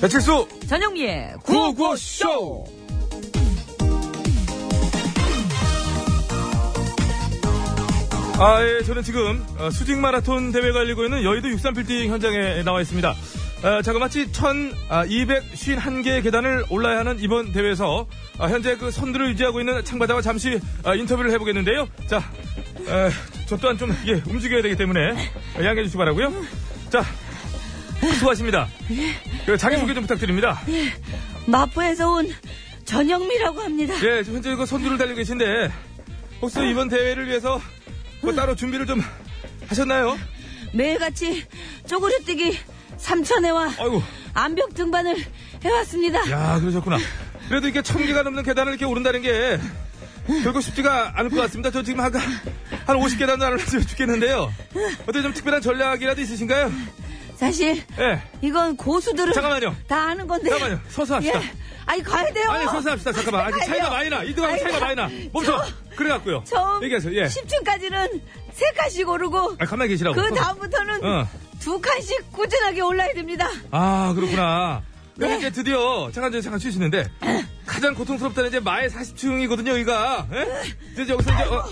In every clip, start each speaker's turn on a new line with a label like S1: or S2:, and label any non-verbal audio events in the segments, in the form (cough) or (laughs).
S1: 배칠수
S2: 전영미의
S1: 구호구쇼 아, 예, 저는 지금 어, 수직 마라톤 대회가 열리고 있는 여의도 63빌딩 현장에 나와 있습니다. 어, 자그마치 1,251개의 계단을 올라야 하는 이번 대회에서 아, 현재 그 선두를 유지하고 있는 창바다와 잠시 아, 인터뷰를 해보겠는데요. 자, 에, 저 또한 좀 예, 움직여야 되기 때문에 양해해 주시기 바라고요. 자, 수고하십니다. 그 자기소개 좀 부탁드립니다.
S2: 마포에서 온 전영미라고 합니다.
S1: 예, 지금 현재 그 선두를 달리고 계신데 혹시 이번 대회를 위해서 뭐 따로 준비를 좀 하셨나요?
S2: 매일같이 쪼그려뛰기 삼천회와
S1: 아이고,
S2: 암벽 등반을 해왔습니다.
S1: 어. 야 그러셨구나. 그래도 이렇게 천 개가 넘는 계단을 이렇게 오른다는 게 결코 쉽지가 않을 것 같습니다. 저 지금 한, 한 50계단도 안 올라서 죽겠는데요. 어떻게 좀 특별한 전략이라도 있으신가요?
S2: 사실
S1: 예.
S2: 이건 고수들은
S1: 잠깐만요.
S2: 다 아는 건데. 예.
S1: 잠깐만요. 서서 합시다.
S2: 아니 가야 돼요.
S1: 아니, 서서합시다. 잠깐만. 아직
S2: 가야 돼요.
S1: 차이가 많이 나. 이등하고
S2: 아니,
S1: 차이가 많이 나. 멈춰. 그래갖고요.
S2: 처음
S1: 얘기하세요. 예.
S2: 10층까지는 세 칸씩 오르고
S1: 아, 가만히 계시라고.
S2: 그 다음부터는
S1: 어.
S2: 두 칸씩 꾸준하게 올라야 됩니다.
S1: 아 그렇구나.
S2: 네.
S1: 그럼 이제 드디어 잠깐 저 잠깐 쉬시는데 가장 고통스럽다는 이제 마의 40층이거든요 여기가. 예? 이제 여기서 이제 어,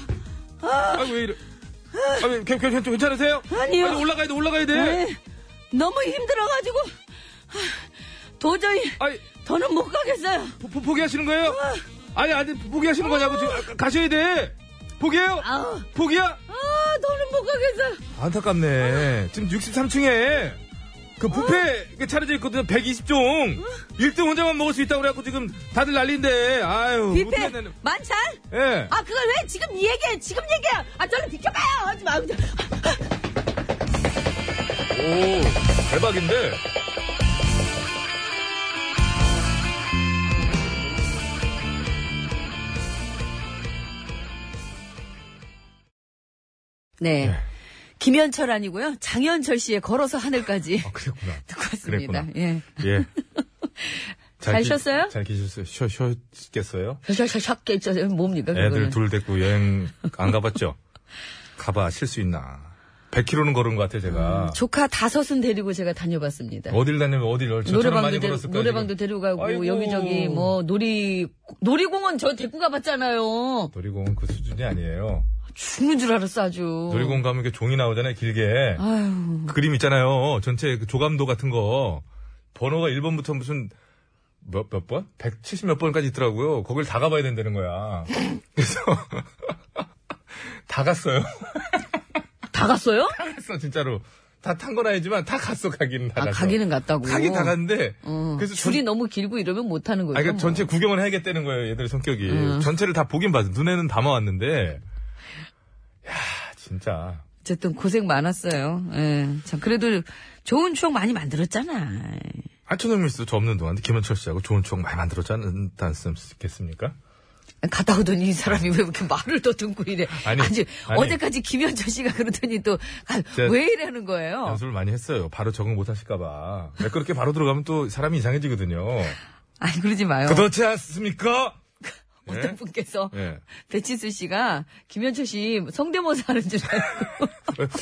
S1: 아이고 왜 이래? 아, 왜, 괜- 괜- 괜찮으세요?
S2: 아니요. 네.
S1: 아니, 올라가야 돼 올라가야 돼.
S2: 에이, 너무 힘들어가지고 하, 도저히
S1: 아니
S2: 더는 못 가겠어요.
S1: 포, 포, 포기하시는 거예요? 아니 아니 포기하시는 거냐고 지금 아, 가셔야 돼. 포기해요?
S2: 아우.
S1: 포기야?
S2: 아, 더는 못 가겠어요.
S1: 안타깝네. 지금 63층에 그 부페 그 차려져 있거든요. 120종. 1등 혼자만 먹을 수 있다고 그래갖고 지금 다들 난리인데. 아유.
S2: 뷔페
S1: 어떡하냐는-
S2: 만찬?
S1: 예.
S2: 아, 그걸 왜 지금 얘기해? 지금 얘기해. 아, 저리 비켜봐요. 하지 마. 그냥. (laughs)
S1: 오, 대박인데.
S2: 네. 김현철 아니고요. 장현철 씨의 걸어서 하늘까지
S1: 아, 그랬구나.
S2: (laughs) 듣고 왔습니다.
S1: 그랬구나.
S2: 예.
S1: 예.
S2: 잘
S1: 기-
S2: 쉬었어요?
S1: 잘 계셨어요. 쉬, 쉬었겠어요?
S2: 샥샥샥 저 뭡니까?
S1: 애들
S2: 네, 그거는?
S1: 둘 데리고 여행 안 가봤죠? 가봐, 쉴 수 있나. 100km는 걸은 것 같아, 제가.
S2: 조카 다섯은 데리고 제가 다녀봤습니다.
S1: 어딜 다니면 어딜 열죠?
S2: 음. 노래방도
S1: 많이
S2: 데,
S1: 걸었을까요?
S2: 노래방도
S1: 지금?
S2: 데리고 가고
S1: 아이고.
S2: 여기저기 뭐 놀이 놀이공원 저 데리고 가봤잖아요.
S1: 놀이공원 그 수준이 아니에요.
S2: 죽는 줄 알았어 아주.
S1: 놀이공원 가면 이렇게 종이 나오잖아요, 길게.
S2: 아유.
S1: 그 그림 있잖아요. 전체 그 조감도 같은 거. 번호가 1번부터 무슨 몇, 몇 번? 170 몇 번까지 있더라고요. 거길 다 가봐야 된다는 거야. 그래서 다 갔어요.
S2: 다 갔어요?
S1: 다 갔어, 진짜로. 다 탄 건 아니지만 다 갔어, 가기는 다
S2: 아,
S1: 갔어.
S2: 가기는 갔다고.
S1: 가긴 다 갔는데.
S2: 어,
S1: 그래서
S2: 줄이
S1: 전-
S2: 너무 길고 이러면 못 하는 거죠.
S1: 아니, 그러니까
S2: 뭐.
S1: 전체 구경을 해야겠다는 거예요, 얘들의 성격이.
S2: 음. 전체를
S1: 전체를 다 보긴 봤어. 눈에는 담아왔는데. 야 진짜.
S2: 어쨌든 고생 많았어요. 예. 참 그래도 좋은 추억 많이 만들었잖아.
S1: 안천영민 씨도 저 없는 동안 김현철 씨하고 좋은 추억 많이 만들었지 않겠습니까?
S2: 갔다 오더니 이 사람이 왜 이렇게 말을 더 듣고 이래. 아니,
S1: 아니, 아니.
S2: 어제까지 김현철 씨가 그러더니 또
S1: 제-
S2: 왜 이러는 (laughs) 거예요.
S1: 연습을 많이 했어요. 바로 적응 못 하실까봐. 왜 그렇게 바로 들어가면 또 사람이 이상해지거든요.
S2: 아니 그러지 마요.
S1: 그렇지 않습니까?
S2: 어떤
S1: 예?
S2: 분께서
S1: 예.
S2: 배치수 씨가 김현철 씨 성대모사 하는 줄 알고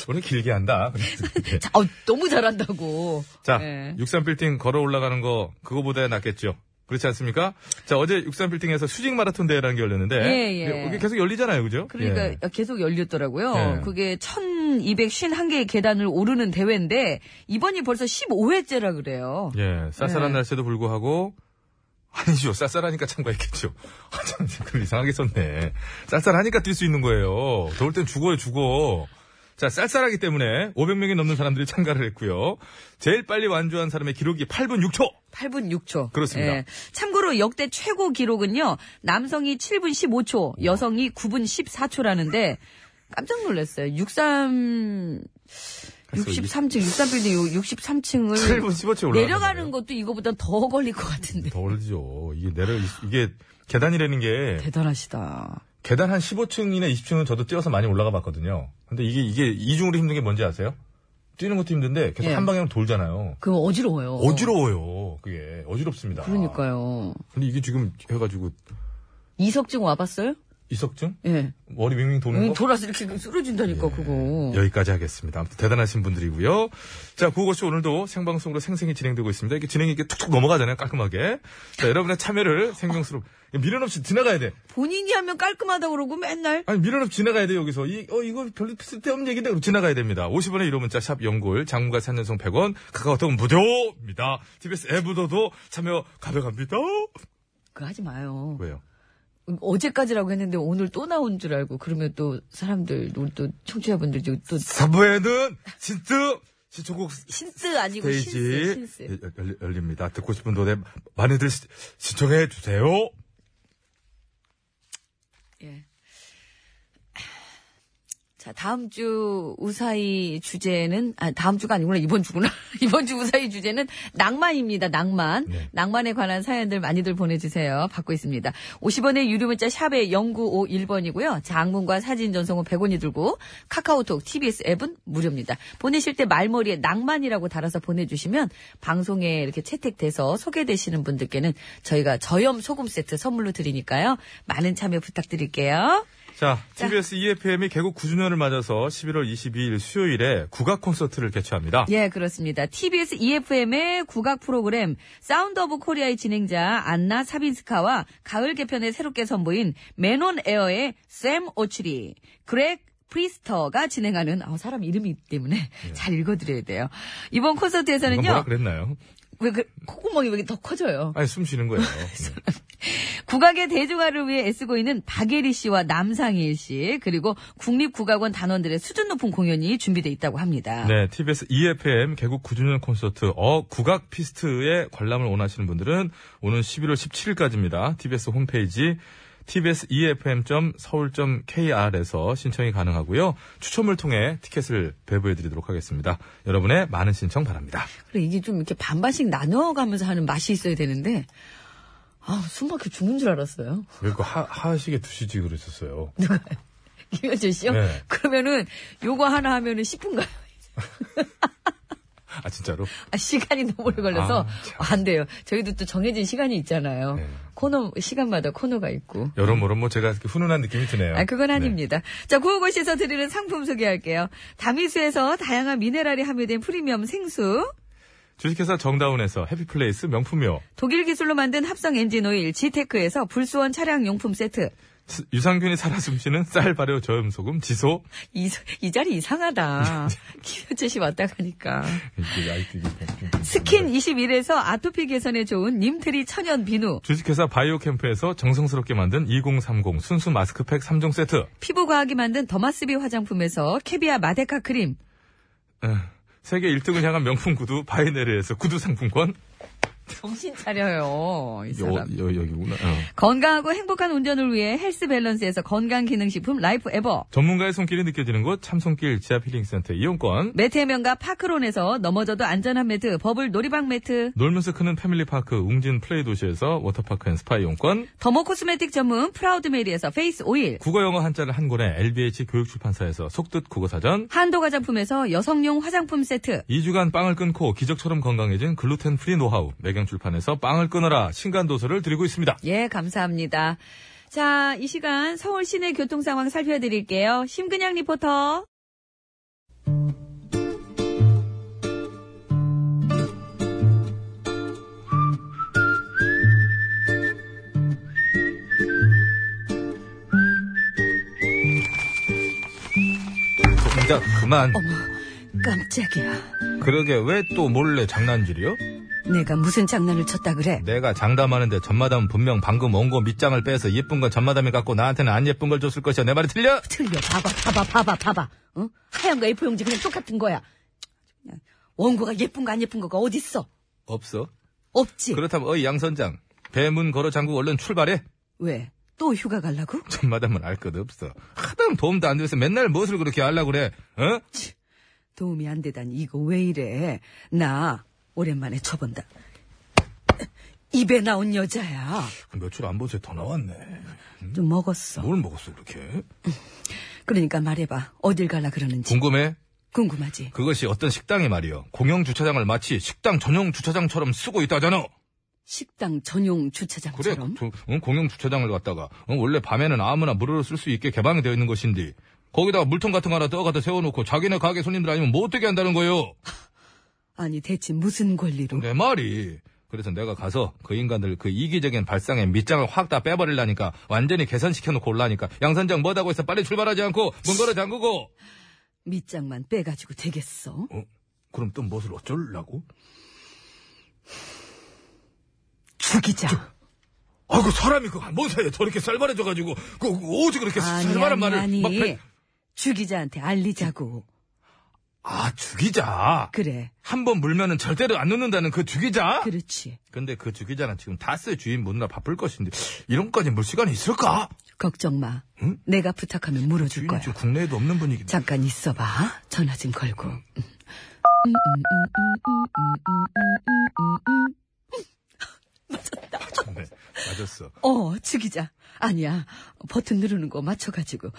S1: 오늘 길게 한다. (laughs) 그랬는데.
S2: (laughs) 자, 어, 너무 잘한다고.
S1: 네. 자,
S2: 예.
S1: 63빌딩 걸어 올라가는 거, 그거보다 낫겠죠. 그렇지 않습니까? 자, 어제 63빌딩에서 수직 마라톤 대회라는 게 열렸는데.
S2: 예, 예.
S1: 이게 계속 열리잖아요, 그죠?
S2: 그러니까
S1: 예.
S2: 계속 열렸더라고요.
S1: 예.
S2: 그게 1251개의 계단을 오르는 대회인데 이번이 벌써 15회째라 그래요.
S1: 예, 쌀쌀한
S2: 예.
S1: 날씨에도 불구하고, 아니죠. 쌀쌀하니까 참가했겠죠. (laughs) 아, 참, 그걸 이상하게 썼네. 쌀쌀하니까 뛸 수 있는 거예요. 더울 땐 죽어요, 죽어. 자, 쌀쌀하기 때문에 500명이 넘는 사람들이 참가를 했고요. 제일 빨리 완주한 사람의 기록이 8분 6초!
S2: 8분 6초. 예.
S1: 그렇습니다.
S2: 참고로 역대 최고 기록은요. 남성이 7분 15초, 여성이 9분 14초라는데 깜짝 놀랐어요. 63 63층, 63빌딩 63층을
S1: 7분 15초 올라가.
S2: 내려가는 것도 이거보다 더 걸릴 것 같은데.
S1: 더 올리죠. 이게 내려, 이게 계단이라는 게
S2: 대단하시다.
S1: 계단 한 15층이나 20층은 저도 뛰어서 많이 올라가 봤거든요. 근데 이게, 이게 이중으로 힘든 게 뭔지 아세요? 뛰는 것도 힘든데 계속
S2: 예.
S1: 한 방향 돌잖아요.
S2: 그럼 어지러워요.
S1: 어지러워요. 그게 어지럽습니다.
S2: 그러니까요.
S1: 근데 이게 지금 해가지고
S2: 이석증 와봤어요?
S1: 이석증?
S2: 예.
S1: 머리 윙윙 도는
S2: 음,
S1: 거? 예.
S2: 돌아서 이렇게 쓰러진다니까 그거.
S1: 여기까지 하겠습니다. 아무튼 대단하신 분들이고요. 자, 구호고쇼 오늘도 생방송으로 생생히 진행되고 있습니다. 이게 진행이 이렇게 툭툭 넘어가잖아요, 깔끔하게. 자, 여러분의 참여를 생명수로 미련 없이 지나가야 돼.
S2: 본인이 하면 깔끔하다 그러고 맨날
S1: 아니 미련 없이 지나가야 돼 여기서 이, 어 이거 별로 쓸데없는 얘기인데 그럼 지나가야 됩니다 50원의 1호 문자 샵 연골 장문과 산년송 100원 카카오톡은 무료입니다 TBS 앱으로도 참여 가능합니다
S2: 그거 하지 마요.
S1: 왜요?
S2: 음, 어제까지라고 했는데 오늘 또 나온 줄 알고 그러면 또 사람들 우리 또 청취자분들 지금 또
S1: 3부에는 진짜 신청곡
S2: 신스 아니고 신스
S1: 스테이지 예,
S2: 신스.
S1: 열- 열- 열립니다 듣고 싶은 노래 많이들 시- 신청해 주세요
S2: 예. 자, 다음 주 우사히 주제는, 아, 다음 주가 아니구나. 이번 주구나. (laughs) 이번 주 우사히 주제는 낭만입니다. 낭만.
S1: 네.
S2: 낭만에 관한 사연들 많이들 보내주세요. 받고 있습니다. 50원의 유료문자 샵에 0951번이고요. 장문과 사진 전송은 100원이 들고, 카카오톡, TBS 앱은 무료입니다. 보내실 때 말머리에 낭만이라고 달아서 보내주시면, 방송에 이렇게 채택돼서 소개되시는 분들께는 저희가 저염 소금 세트 선물로 드리니까요. 많은 참여 부탁드릴게요.
S1: 자 TBS EFM이 개국 9주년을 맞아서 11월 22일 수요일에 국악 콘서트를 개최합니다
S2: 예, 그렇습니다. TBS EFM의 국악 프로그램 사운드 오브 코리아의 진행자 안나 사빈스카와 가을 개편에 새롭게 선보인 맨온 에어의 샘 오츄리, 그렉 프리스터가 진행하는 아, 사람 이름이 때문에 잘 읽어드려야 돼요. 이번
S1: 예. 이건
S2: 콘서트에서는요.
S1: 뭐라 그랬나요?
S2: 왜 그, 콧구멍이 왜 더 커져요?
S1: 아니 숨 쉬는
S2: (laughs)
S1: 거예요 네.
S2: 국악의 대중화를 위해 애쓰고 있는 박예리 씨와 남상일 씨 그리고 국립국악원 단원들의 수준 높은 공연이 준비돼 있다고 합니다.
S1: 네, TBS EFM 개국 9주년 콘서트 어 국악 피스트의 관람을 원하시는 분들은 오는 11월 17일까지입니다. TBS 홈페이지 E TBS EFM.서울.kr에서 신청이 가능하고요. 추첨을 통해 티켓을 배부해드리도록 하겠습니다. 여러분의 많은 신청 바랍니다.
S2: 그래, 이게 좀 이렇게 반반씩 나눠가면서 하는 맛이 있어야 되는데, 아, 숨막혀 죽는 줄 알았어요. (laughs)
S1: 왜 이거 하, 하식에 두시지 그러셨어요?
S2: 김현철 씨요?
S1: 네.
S2: 그러면은, 요거 하나 하면은 10분 가요.
S1: (laughs) 아 진짜로?
S2: 아, 시간이 너무 오래 걸려서.
S1: 아, 참.
S2: 안 돼요. 저희도 또 정해진 시간이 있잖아요.
S1: 네.
S2: 코너, 시간마다 코너가 있고.
S1: 여러모로 뭐 제가 이렇게 훈훈한 느낌이 드네요.
S2: 아, 그건
S1: 네.
S2: 아닙니다. 자, 구호고시에서 드리는 상품 소개할게요. 다미수에서 다양한 미네랄이 함유된 프리미엄 생수.
S1: 네. 주식회사 정다운에서 해피플레이스 명품요.
S2: 독일 기술로 만든 합성 엔진 오일 지테크에서 불수원 차량 용품 세트.
S1: 유산균이 살아 숨쉬는 쌀 발효 저염 소금 지소
S2: 이, 이 자리 이상하다. 김현철 씨 왔다 가니까.
S1: 이게 아이템이 좀- 좀-
S2: 스킨 21에서 아토피 개선에 좋은 님트리 천연 비누.
S1: 주식회사 바이오캠프에서 정성스럽게 만든 2030 순수 마스크팩 3종 세트.
S2: 피부과학이 만든 더마스비 화장품에서 캐비아 마데카 크림.
S1: 세계 1등을 향한 명품 구두 바이네르에서 구두 상품권.
S2: 정신 차려요, 이 사람.
S1: 여기구나. 어.
S2: 건강하고 행복한 운전을 위해 헬스 밸런스에서 건강기능식품 라이프 에버.
S1: 전문가의 손길이 느껴지는 곳 참손길 지압힐링센터 이용권.
S2: 매트의 명가 파크론에서 넘어져도 안전한 매트, 버블 놀이방 매트.
S1: 놀면서 크는 패밀리파크 웅진 플레이 도시에서 워터파크 앤 스파 이용권.
S2: 더모 코스메틱 전문 프라우드메리에서 페이스 오일.
S1: 국어 영어 한자를 한 권에 LBH 교육출판사에서 속뜻 국어사전.
S2: 한도 화장품에서 여성용 화장품 세트.
S1: 2주간 빵을 끊고 기적처럼 건강해진 글루텐 프리 노하우. 매경출판에서 빵을 끊어라 신간도서를 드리고 있습니다.
S2: 예, 감사합니다. 자, 이 시간 서울 시내 교통 상황 살펴드릴게요. 심근양 리포터.
S1: 진짜 그만.
S2: 깜짝이야.
S1: 그러게 왜 또 몰래 장난질이요?
S2: 내가 무슨 장난을 쳤다 그래?
S1: 내가 장담하는데 전마담은 분명 방금 온 거 밑장을 빼서 예쁜 건 전마담이 갖고 나한테는 안 예쁜 걸 줬을 것이야 내 말이 틀려?
S2: 틀려. 봐봐, 봐봐, 봐봐, 봐봐. 어? 하얀 거 A4용지 그냥 똑같은 거야. 그냥 원고가 예쁜 거 안 예쁜 거가 어딨어?
S1: 없어
S2: 없지.
S1: 그렇다면 어이 양선장 배문 걸어 잠그고 얼른 출발해
S2: 왜? 또 휴가 갈라고?
S1: 전마담은 알 것 없어 하등 도움도 안 돼서 맨날 무엇을 그렇게 하려고 그래 어?
S2: 도움이 안 되다니 이거 왜 이래? 나 오랜만에 쳐본다. 입에 나온 여자야.
S1: 며칠 안 보세 더 나왔네
S2: 좀 먹었어.
S1: 뭘 먹었어 그렇게?
S2: 그러니까 말해봐. 어딜 갈라 그러는지
S1: 궁금해?
S2: 궁금하지.
S1: 그것이 어떤 식당이 말이여 공영 주차장을 마치 식당 전용 주차장처럼 쓰고 있다잖아
S2: 식당 전용
S1: 그래,
S2: 주차장처럼.
S1: 그, 응, 공영 주차장을 갖다가 응, 원래 밤에는 아무나 무료로 쓸 수 있게 개방이 되어 있는 것인데 거기다가 물통 같은 거 하나 떠갖다 세워놓고 자기네 가게 손님들 아니면 못 되게 한다는 거예요.
S2: 아니 대체 무슨 권리로?
S1: 내 말이. 그래서 내가 가서 그 인간들 그 이기적인 발상에 밑장을 확 다 빼버리려니까 완전히 개선시켜놓고 올라니까 양선장 뭐다고 해서 빨리 출발하지 않고 문 걸어 잠그고
S2: 밑장만 빼가지고 되겠어?
S1: 어? 그럼 또 무엇을 어쩌려고?
S2: 죽이자.
S1: 아, 그 사람이 그뭔 사이에 저렇게 쌀발해져가지고 그, 그 오지 그렇게
S2: 아니
S1: 쌀발한
S2: 아니
S1: 말을
S2: 아니.
S1: 막 뱉-
S2: 죽이자한테 알리자고.
S1: 아 죽이자
S2: 그래.
S1: 한 번 물면은 절대로 안 놓는다는 그 죽이자
S2: 그렇지.
S1: 근데 그 죽이자는 지금 다스 주인 묻느라 바쁠 것인데 이런까지 물 시간이 있을까?
S2: 걱정 마. 내가 부탁하면 물어줄 거야.
S1: 주인이 지금 국내에도 없는 분위기인데
S2: 잠깐 있어봐. 전화 좀 걸고.
S1: 맞네 맞았어
S2: 어, 죽이자. 아니야. 버튼 누르는 거 맞춰가지고.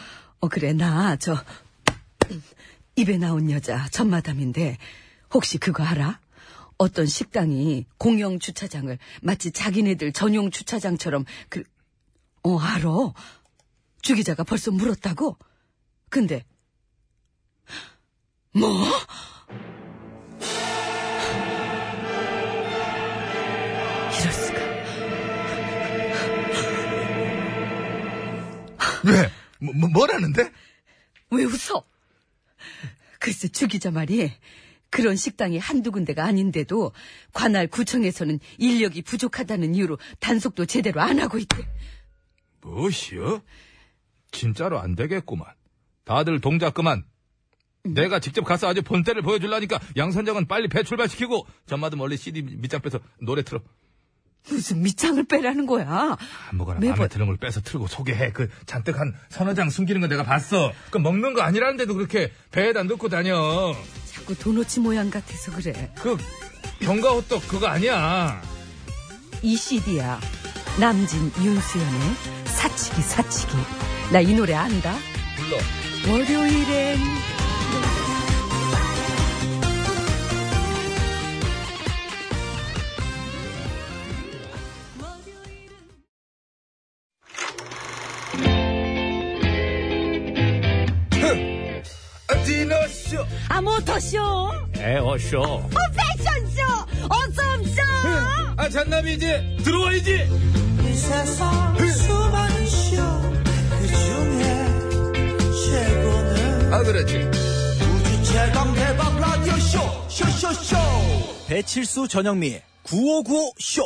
S2: 어, 그래. 나, 저, 입에 나온 여자, 전마담인데, 혹시 그거 알아? 어떤 식당이 공영 주차장을 마치 자기네들 전용 주차장처럼, 그, 어, 알아. 주기자가 벌써 물었다고? 근데, 뭐? 이럴 수가.
S1: 왜? 뭐, 뭐, 뭐라는데?
S2: 왜 웃어? 글쎄 죽이자 말이 그런 식당이 한두 군데가 아닌데도 관할 구청에서는 인력이 부족하다는 이유로 단속도 제대로 안 하고 있대.
S1: 뭐시여? 진짜로 안 되겠구만 다들 동작 그만 내가 직접 가서 아주 본때를 보여줄라니까 양선장은 빨리 배 출발시키고 전마도 멀리 CD 밑장 빼서 노래 틀어
S2: 무슨 밑장을 빼라는 거야?
S1: 아무거나
S2: 매번-
S1: 마음에 드는 걸 빼서 틀고 소개해. 그 잔뜩 한 서너 장 숨기는 거 내가 봤어. 그 먹는 거 아니라는데도 그렇게 배에다 넣고 다녀.
S2: 자꾸 도너츠 모양 같아서 그래.
S1: 그 경과 호떡 그거 아니야.
S2: 이 CD야. 남진 윤수연의 사치기 사치기. 나 이 노래 안다.
S1: 불러.
S2: 월요일엔
S1: 디너쇼.
S2: 아 모터쇼,
S1: 에어쇼.
S2: 패션쇼, 어썸쇼.
S1: 아 잔남이 이제 들어와야지.
S3: 이 세상 수많은 쇼그 중에 최고는
S1: 아 그렇지.
S3: 우주 최강 대박 라디오 쇼 쇼쇼쇼
S4: 배칠수 전영미 9595 쇼.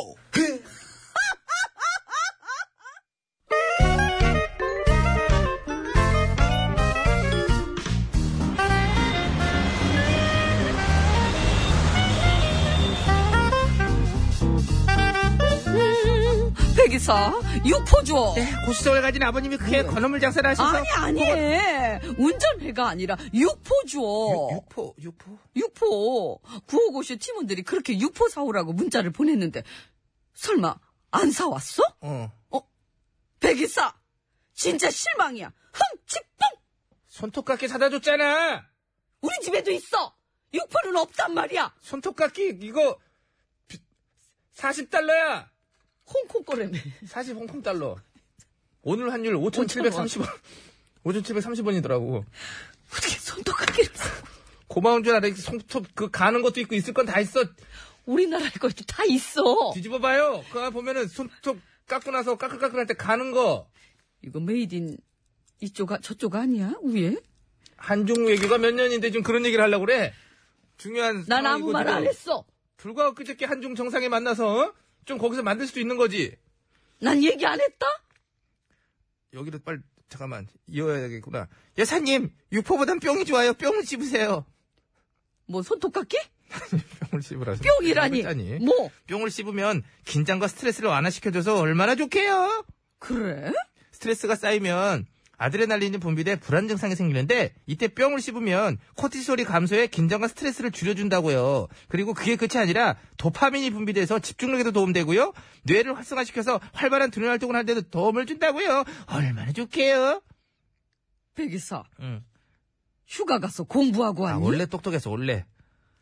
S2: 백이사 육포조.
S5: 네,
S2: 네.
S5: 고시성을 가진 아버님이 크게 건어물 장사를 하셔서
S2: 아니 아니 운전회가 아니라
S6: 어.
S2: 육포죠
S5: 육포 육포
S2: 육포 구호고쇼 팀원들이 그렇게 육포 사오라고 문자를 보냈는데 설마 안 사왔어?
S5: 어
S2: 백이사 진짜 실망이야 흥치뿡
S5: 손톱깎이 사다 줬잖아
S2: 우리 집에도 있어 육포는 없단 말이야
S5: 손톱깎이 이거 비- 40달러야
S2: 홍콩 거라며
S5: 40 홍콩달러 오늘 환율 5,730원 5,730원이더라고
S2: 어떻게 손톱깎이를 사
S5: 고마운 줄 알아 손톱 그 가는 것도 있고 있을 건 다 있어
S2: 우리나라에 것도 다 있어
S5: 뒤집어봐요 그거 보면은 손톱 깎고 나서 까끌까끌할 때 가는 거
S2: 이거 메이드인 이쪽 아- 저쪽 아니야 위에
S5: 한중 외교가 몇 년인데 지금 그런 얘기를 하려고 그래 중요한
S2: 난 아무
S1: 뭐.
S2: 말 안
S5: 상황이거든.
S2: 했어
S5: 불과 엊그저께 한중 정상에 만나서 어? 좀 거기서 만들 수도 있는 거지.
S2: 난 얘기 안 했다
S5: 여기를 빨리 잠깐만 이어야겠구나. 여사님 유포보단 뿅이 좋아요. 뿅을 씹으세요. (laughs)
S2: 뭐 손톱깎이
S5: 뿅을 씹으라서.
S1: 아,
S2: 뿅이라니 뭐
S5: 뿅을 씹으면 긴장과 스트레스를 완화시켜줘서 얼마나 좋게요.
S2: 그래?
S5: 스트레스가 쌓이면 아드레날린이 분비돼 불안 증상이 생기는데 이때 뿅을 씹으면 코티솔이 감소해 긴장과 스트레스를 줄여준다고요. 그리고 그게 끝이 아니라 도파민이 분비돼서 집중력에도 도움되고요. 뇌를 활성화시켜서 활발한 두뇌 활동을 하는 데도 도움을 준다고요. 얼마나 좋게요.
S2: 백이사.
S5: 응.
S2: 휴가 가서 공부하고
S5: 아,
S2: 왔니?
S5: 원래 똑똑해서 원래.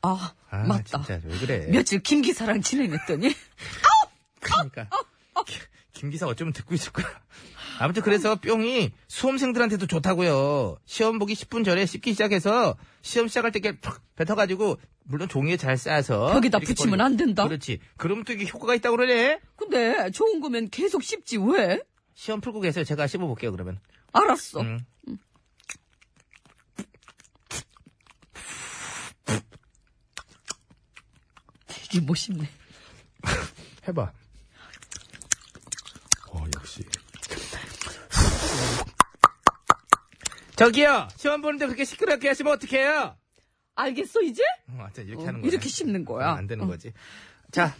S2: 아,
S5: 아,
S2: 맞다.
S5: 진짜 왜 그래.
S2: 며칠 김 기사랑 지내냈더니
S7: 그러니까.
S2: 어,
S7: 기- 김 기사 어쩌면 듣고 있을 거야. 아무튼 그래서 뿅이 수험생들한테도 좋다고요. 시험 보기 10분 전에 씹기 시작해서 시험 시작할 때 이렇게 팍 뱉어가지고 물론 종이에 잘 싸서
S2: 벽에다
S7: 이렇게
S2: 붙이면
S7: 버리고.
S2: 안 된다.
S7: 그렇지. 그럼 또 이게 효과가 있다고 그러네.
S2: 근데 좋은 거면 계속 씹지 왜?
S7: 시험 풀고 계세요. 제가 씹어볼게요 그러면.
S2: 알았어.
S7: 음.
S2: 되게 멋있네.
S7: 해봐.
S1: 어, 역시.
S7: 저기요. 시험 보는데 그렇게 시끄럽게 하시면 어떡해요?
S2: 알겠어 이제?
S7: 어, 하여튼 이렇게
S2: 어,
S7: 하는 거야.
S2: 이렇게 씹는 거야.
S7: 어, 안 되는 거지. 자,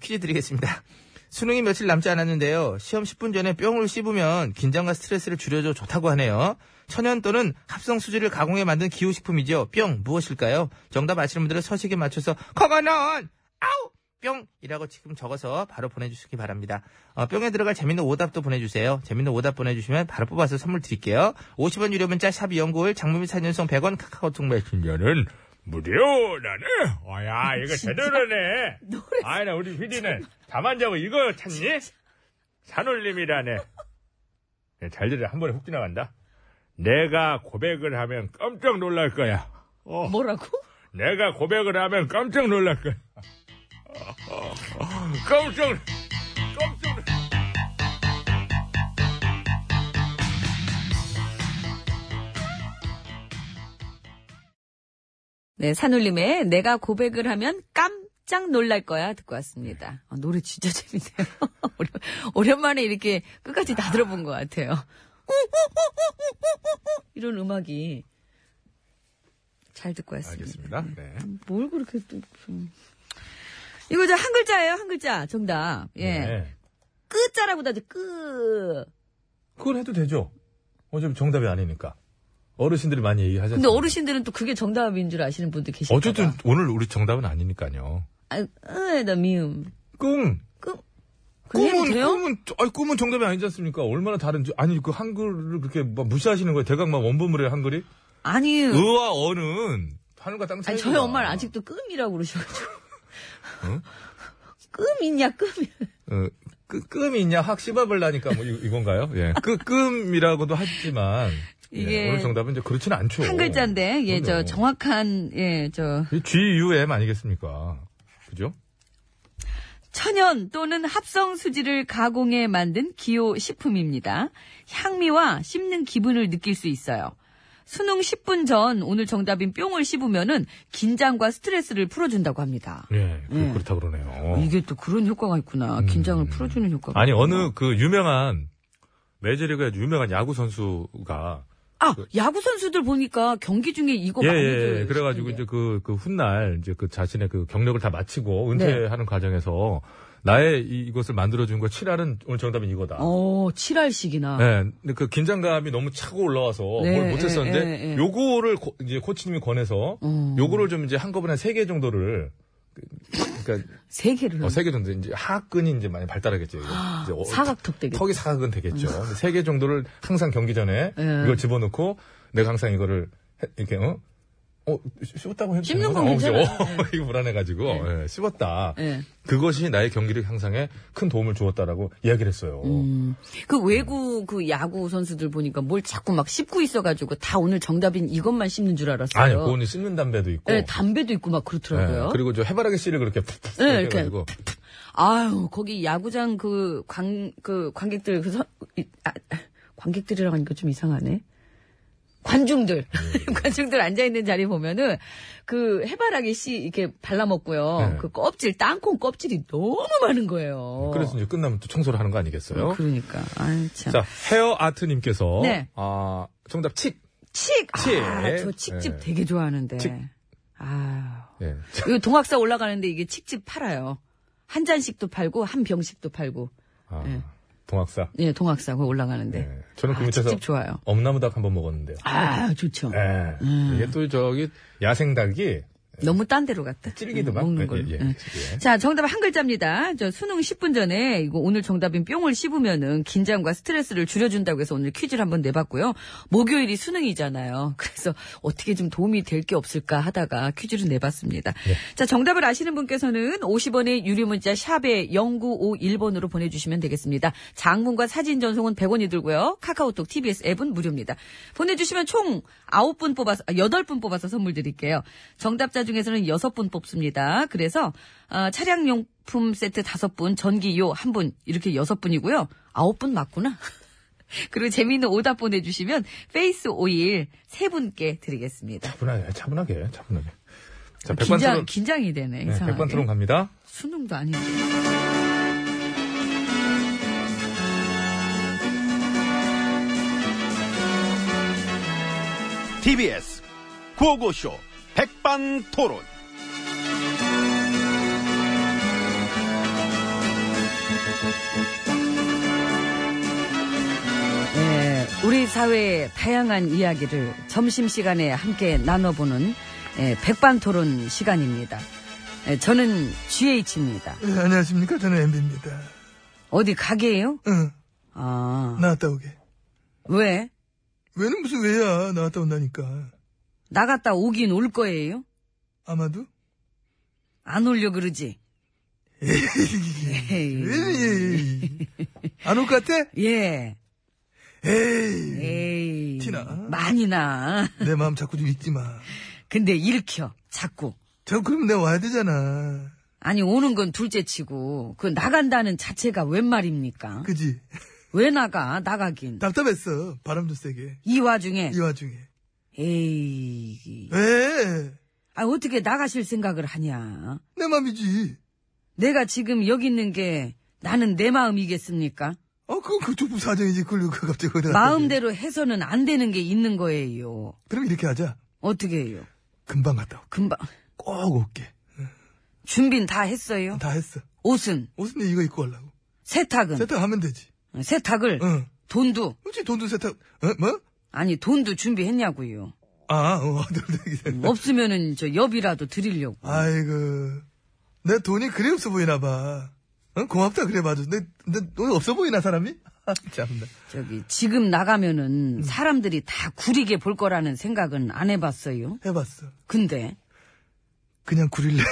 S7: 퀴즈 드리겠습니다. 수능이 며칠 남지 않았는데요. 시험 10분 전에 뿅을 씹으면 긴장과 스트레스를 줄여줘 좋다고 하네요. 천연 또는 합성 수지를 가공해 만든 기호식품이죠. 뿅 무엇일까요? 정답 아시는 분들은 서식에 맞춰서 커거넌 아우 뿅이라고 지금 적어서 바로 보내주시기 바랍니다. 어, 뿅에 들어갈 재밌는 오답도 보내주세요. 재밌는 오답 보내주시면 바로 뽑아서 선물 드릴게요. 50원 유료 문자 샵 연구일 장문 및 사연성 100원 카카오톡 메
S1: 신년은 무료라네. 와야 이거 제대로네.
S2: 노래
S1: 아이나 우리 휘디는 잠안 자고 이거 찾니? 산울림이라네. 네, 잘 들어 한 번에 훅 지나간다. 내가 고백을 하면 깜짝 놀랄 거야. 어.
S2: 뭐라고?
S1: 내가 고백을 하면 깜짝 놀랄 거야. 깜짝 놀- 깜짝 놀-
S2: 네, 산울림의 내가 고백을 하면 깜짝 놀랄 거야 듣고 왔습니다. 아, 노래 진짜 재밌네요. (laughs) 오랜- 오랜만에 이렇게 끝까지 다 들어본 것 같아요. 이런 음악이 잘 듣고 왔습니다.
S1: 알겠습니다. 네.
S2: 뭘 그렇게 또 좀. 이거 저 한 글자예요, 한 글자. 정답. 예.
S1: 네.
S2: 끝자라고 다죠, 끝.
S1: 그걸 해도 되죠. 어차피 정답이 아니니까. 어르신들이 많이 얘기하잖아요.
S2: 근데 어르신들은 또 그게 정답인 줄 아시는 분도 계시죠.
S1: 어쨌든 오늘 우리 정답은 아니니까요.
S2: 아, 으에다 미음.
S1: 꿍.
S2: 끔. 그
S1: 꿈은 꿈은 아니 꿈은 정답이 아니지 않습니까? 얼마나 다른지 아니 그 한글을 그렇게 막 무시하시는 거예요? 대강 막 원본물의 한글이?
S2: 아니,
S1: 의와 어는 하늘과 땅 차이.
S2: 아니 저희 엄마는 아직도 끔이라고 그러셔가지고. (laughs) 끔 있냐, 끔.
S1: 어, 끄, 끔이 있냐 확 씹어을 나니까 뭐 이, 건가요 예. 끄, 끔이라고도 하지만 예,
S2: 이게
S1: 오늘 정답은 이제 그렇지는 않죠.
S2: 한 글자인데, 예, 저
S1: 어. 그럼요.
S2: 정확한, 예, 저
S1: G U M 아니겠습니까? 그죠?
S2: 천연 또는 합성 수지를 가공해 만든 기호 식품입니다. 향미와 씹는 기분을 느낄 수 있어요. 수능 10분 전 오늘 정답인 뿅을 씹으면은 긴장과 스트레스를 풀어준다고 합니다.
S1: 예. 그,
S2: 음.
S1: 렇다 그러네요.
S2: 이게 또 그런 효과가 있구나. 긴장을 풀어주는
S1: 음.
S2: 효과가.
S1: 아니
S2: 있구나.
S1: 어느 그 유명한 메이저리그의 유명한 야구 선수가
S2: 아 야구 선수들 보니까 경기 중에 이거
S1: 그 예,
S2: 어, 많이들
S1: 예, 예. 그래가지고
S2: 쓰던데요.
S1: 이제 그, 그 훗날 이제 그 자신의 그 경력을 다 마치고 은퇴하는 과정에서 나의 이, 것을 만들어준 거 7알은 오늘 정답은 이거다.
S2: 어 7할씩이나
S1: 예, 근데 그 긴장감이 너무 차고 올라와서
S2: 아. 네,
S1: 뭘 못했었는데
S2: 예, 예, 예.
S1: 요거를 고- 이제 코치님이 권해서
S2: 음.
S1: 요거를 좀 이제 한꺼번에 한 3개 정도를 그- 그러니까
S2: 세 개를 아,
S1: 어, 3개 정도 이제 하악근이 이제 많이 발달하겠죠. 이거. 이제 어-
S2: 사각턱 되겠죠.
S1: 턱이 사각은 되겠죠. 세 개 정도를 항상 경기 전에
S2: 음. 예.
S1: 이걸 집어넣고 내가 항상 이거를 해- 이렇게 어? 어, 씹었다고 해도
S2: 씹는
S1: 되나?
S2: 건
S1: 어, 그죠?
S2: 괜찮아요.
S1: 어, (laughs) 이거 불안해가지고 예, 씹었다.
S2: 예.
S1: 그것이 나의 경기력 향상에 큰 도움을 주었다라고 이야기를 했어요.
S2: 음, 그 외국 그 야구 선수들 보니까 뭘 자꾸 막 씹고 있어가지고 다 오늘 정답인 이것만 씹는 줄 알았어요.
S1: 아니요, 그거는 씹는 담배도 있고.
S2: 예, 담배도 있고 막
S1: 예,
S2: 그렇더라고요.
S1: 그리고 저 해바라기 씨를 그렇게 푹푹
S2: 예,
S1: 이렇게
S2: 이렇게.
S1: 해가지고
S2: 아유 거기 야구장 그 관 그 관객들 그 선- 이- 아, 관객들이라고 하니까 좀 이상하네. 관중들
S1: 음.
S2: (laughs) 관중들 앉아 있는 자리 보면은 그 해바라기 씨 이렇게 발라 먹고요.
S1: 네.
S2: 그 껍질 땅콩 껍질이 너무 많은 거예요.
S1: 그래서 이제 끝나면 또 청소를 하는 거 아니겠어요?
S2: 어. 그러니까 아 참.
S1: 자, 헤어 아트님께서
S2: 네.
S1: 아 정답 칙.
S2: 칙.
S1: 칙.
S2: 아, 저 칙집
S1: 예.
S2: 되게 좋아하는데.
S1: 칙.
S2: 아.
S1: 예.
S2: 이 동학사 올라가는데 이게 칙집 팔아요. 한 잔씩도 팔고 한 병씩도 팔고.
S1: 아,
S2: 예.
S1: 동학사.
S2: 예, 동학사 거기 올라가는데.
S1: 예. 저는 그
S2: 아,
S1: 밑에서 네.
S2: 칙집 좋아요.
S1: 엄나무닭 한번 먹었는데요.
S2: 아, 좋죠.
S1: 예. 이게 또 저기 야생닭이
S2: 너무 딴 데로 갔다.
S1: 찔기도막
S2: 먹는 걸로. 예. 자, 정답 한 글자입니다. 저 수능 10분 전에 이거 오늘 정답인 뿅을 씹으면은 긴장과 스트레스를 줄여준다고 해서 오늘 퀴즈를 한번 내봤고요. 목요일이 수능이잖아요. 그래서 어떻게 좀 도움이 될 게 없을까 하다가 퀴즈를 내봤습니다. 자, 정답을 아시는 분께서는 50원의 유료 문자 샵에 0951번으로 보내주시면 되겠습니다. 장문과 사진 전송은 100원이 들고요. 카카오톡, TBS 앱은 무료입니다. 보내주시면 총 9분 뽑아서, 아, 8분 뽑아서 선물 드릴게요. 정답자 중에서는 6분 뽑습니다. 그래서, 어, 차량용품 세트 5분, 전기요 1분, 이렇게 6분이고요. 9분 맞구나. (laughs) 그리고 재미있는 오답 보내주시면 페이스 오일 3분께 드리겠습니다.
S1: 차분하게, 차분하게, 차분하게. 자,
S2: 긴장,
S1: 백반토론.
S2: 긴장이 되네.
S1: 네,
S2: 이상하게.
S1: 백반토론 갑니다.
S2: 수능도 아닌데.
S6: TBS 구호고쇼 백반토론.
S3: 어,
S2: 예, 우리 사회의 다양한 이야기를 점심시간에 함께 나눠보는 예, 백반토론 시간입니다. 예, 저는 GH입니다.
S8: 네, 안녕하십니까. 저는 MB입니다.
S2: 어디 가게예요?
S8: 응,
S2: 아,
S8: 나왔다 오게.
S2: 왜?
S8: 왜는 무슨 왜야. 나왔다 온다니까.
S2: 나갔다 오긴 올 거예요?
S8: 아마도?
S2: 안 올려
S8: (laughs)
S2: 그러지? 에이.
S8: 에이. 안올 것 같아?
S2: 예.
S8: 에이.
S2: 에이.
S8: 음, 티나?
S2: 많이 나.
S8: 내 마음 자꾸 좀 읽지 마.
S2: 근데 일으켜, 자꾸.
S8: 저 그럼 내가 와야 되잖아.
S2: 아니, 오는 건 둘째 치고, 그 나간다는 자체가 웬 말입니까?
S8: 그지?
S2: 왜 나가, 나가긴.
S8: 답답했어. 바람 좀 세게.
S2: 이 와중에,
S8: 이 와중에.
S2: 에이.
S8: 왜?
S2: 아, 어떻게 나가실 생각을 하냐.
S8: 내 맘이지.
S2: 내가 지금 여기 있는 게 나는 내 마음이겠습니까?
S8: 아, 그건 그쪽 부 사정이지. 그걸 왜 갑자기 거기다. 갖다 대.
S2: 마음대로 해서는 안 되는 게 있는 거예요.
S8: 그럼 이렇게 하자.
S2: 어떻게 해요?
S8: 금방 갔다 올게.
S2: 금방,
S8: 꼭 올게.
S2: 준비는 다 했어요?
S8: 다 했어.
S2: 옷은,
S8: 옷은 이거 입고 가려고.
S2: 세탁은,
S8: 세탁하면 되지.
S2: 세탁. 을
S8: 응.
S2: 돈도,
S8: 혹시 돈도 세탁, 어, 뭐?
S2: 아니, 돈도 준비했냐고요.
S8: 아, 어, (laughs) 돈도 세탁.
S2: 없으면은 저 여비라도 드리려고.
S8: 아이고. 내 돈이 그래 없어 보이나 봐. 어? 고맙다, 그래, 맞아. 내, 내 돈 없어 보이나, 사람이? (laughs) 아, 참나.
S2: 저기 지금
S8: 음.
S2: 나가면은 사람들이 다 구리게 볼 거라는 생각은 안 해봤어요.
S8: 해봤어.
S2: 근데
S8: 그냥 구릴래.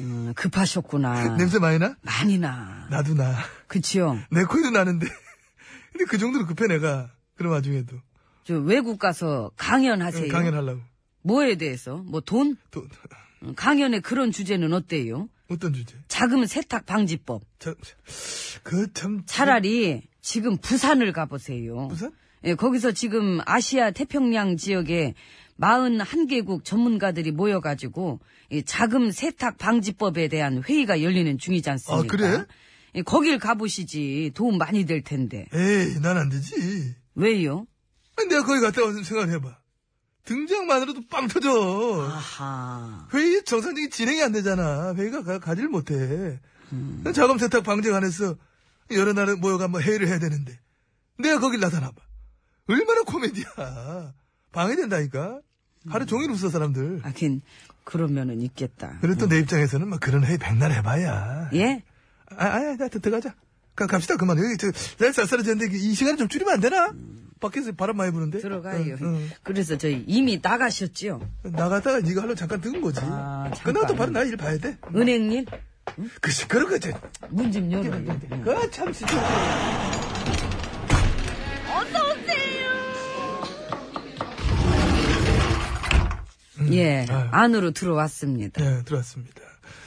S2: 음, 급하셨구나.
S8: (laughs) 냄새 많이 나?
S2: 많이 나.
S8: 나도 나.
S2: 그치요?
S8: 내 코에도 나는데. (laughs) 근데 그 정도로 급해, 내가. 그런 와중에도.
S2: 저 외국 가서 강연하세요.
S8: 강연하려고.
S2: 뭐에 대해서? 뭐 돈?
S8: 돈,
S2: 음, 강연의 그런 주제는 어때요?
S8: 어떤 주제?
S2: 자금 세탁 방지법.
S8: 참, 그, 참.
S2: 차라리 지금 부산을 가보세요.
S8: 부산?
S2: 예, 거기서 지금 아시아 태평양 지역에 41개국 전문가들이 모여가지고 이 자금 세탁 방지법에 대한 회의가 열리는 중이지 않습니까?
S8: 아, 그래?
S2: 예, 거길 가보시지 도움 많이 될 텐데.
S8: 에이, 난 안 되지.
S2: 왜요?
S8: 아니, 내가 거기 갔다 왔으면 생각을 해봐. 등장만으로도 빵 터져.
S2: 아. 아하.
S8: 회의 정상적인 진행이 안 되잖아. 회의가 가, 가지를 못해.
S2: 음.
S8: 자금 세탁 방지 관해서 여러 나라 모여가 뭐 회의를 해야 되는데 내가 거길 나타나봐. 얼마나 코미디야. 방해된다니까.
S2: 음.
S8: 하루 종일 웃어 사람들.
S2: 하긴 그러면은 있겠다.
S8: 그래도 내 입장에서는 막 그런 회의 백날 해봐야.
S2: 예?
S8: 아, 아, 아, 들어가자. 가, 갑시다 그만. 여기 저 날 쌀쌀해졌는데 이 시간 좀 줄이면 안 되나? 밖에서 바람 많이 부는데.
S2: 음. 들어가요.
S8: 응,
S2: 그래서 저희 이미 나가셨죠?
S8: 응. 나갔다가 네가 하려고 잠깐 든 거지.
S2: 아, 잠깐.
S8: 끝나고 또 바로 나 일 봐야 돼.
S2: 은행일
S8: 그 시끄러 그
S2: 문 좀 열어요.
S8: 그참 진짜.
S2: 예,
S8: 아.
S2: 안으로 들어왔습니다.
S8: 네, 들어왔습니다.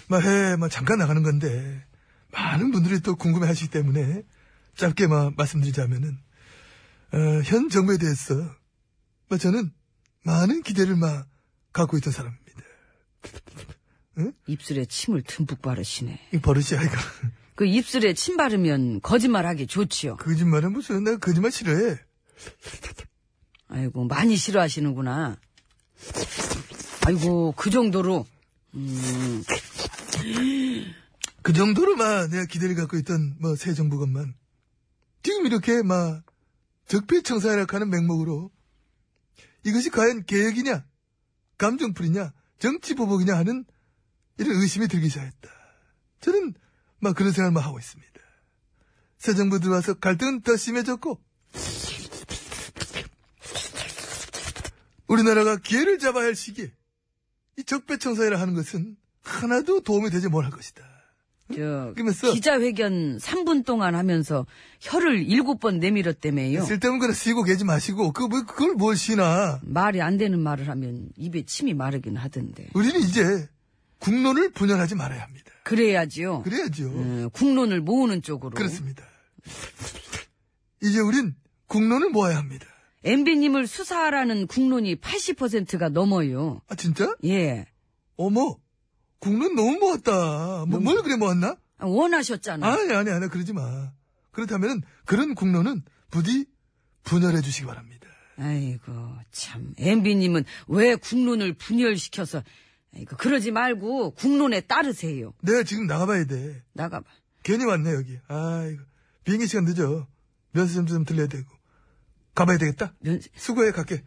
S8: 막 해, 막 잠깐 나가는 건데 많은 분들이 또 궁금해하시기 때문에 짧게 막 말씀드리자면은 어, 현 정부에 대해서 막 저는 많은 기대를 막 갖고 있던 사람입니다.
S2: 입술에 침을 듬뿍 바르시네.
S8: 이 버릇이 아이가
S2: 그 입술에 침 바르면 거짓말하기 좋지요.
S8: (laughs) 거짓말은 무슨 내가 거짓말 싫어해.
S2: 아이고 많이 싫어하시는구나. 아이고 그 정도로
S8: 그 정도로 막 내가 기대를 갖고 있던 뭐 새 정부건만 지금 이렇게 막 적폐청산이라고 하는 맥락으로 이것이 과연 개혁이냐 감정풀이냐 정치 보복이냐 하는 이런 의심이 들기 시작했다. 저는 막 그런 생각만 하고 있습니다. 새 정부 들어와서 갈등은 더 심해졌고 우리나라가 기회를 잡아야 할 시기에 이 적폐청산이라 하는 것은 하나도 도움이 되지 못할 것이다.
S9: 저
S8: 그러면서-
S9: 기자회견 3분 동안 하면서 혀를 7번 내밀었다며요.
S8: 쓸데없는 거는 쓰고 계지 마시고 그 뭐, 그걸 뭘 시나
S9: 말이 안 되는 말을 하면 입에 침이 마르긴 하던데.
S8: 우리는 이제 국론을 분열하지 말아야 합니다.
S9: 그래야지요.
S8: 그래야죠.
S2: 어,
S9: 음, 국론을 모으는 쪽으로.
S8: 그렇습니다. 이제 우린 국론을 모아야 합니다.
S9: MB님을 수사하라는 국론이 80%가 넘어요.
S8: 아 진짜?
S9: 예.
S8: 어머 국론 너무 모았다. 음. 뭐, 뭘 그래 모았나?
S9: 아, 원하셨잖아.
S8: 아니 아니 아니 그러지 마. 그렇다면 그런 국론은 부디 분열해 주시기 바랍니다.
S9: 아이고, 참. MB님은 왜 국론을 분열시켜서, 아이고, 그러지 말고 국론에 따르세요.
S8: 내가 지금 나가봐야 돼.
S9: 나가봐.
S8: 괜히 왔네 여기. 아이고 비행기 시간 늦어. 면세점도 좀 들려야 되고 가봐야 되겠다.
S9: 면,
S8: 수고해 갈게.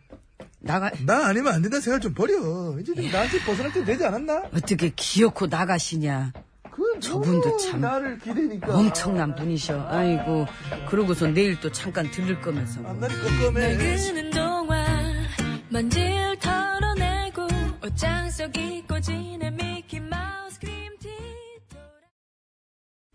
S9: 나가,
S8: 나 아니면 안 된다 생각 좀 버려. 이제
S9: 예.
S8: 좀 나한테 벗어날 때 되지 않았나?
S9: 어떻게 기어코 나가시냐.
S8: 그
S9: 저분도 참
S8: 나를 기대니까.
S9: 엄청난 분이셔. 아이고, 그러고서 내일 또 잠깐 들릴 거면서. 뭐.
S8: 날이 꼼꼼해.
S10: 끄는 동안 먼지를 털어내고 옷장 속 잊고 지낸 미키 마우스 그림티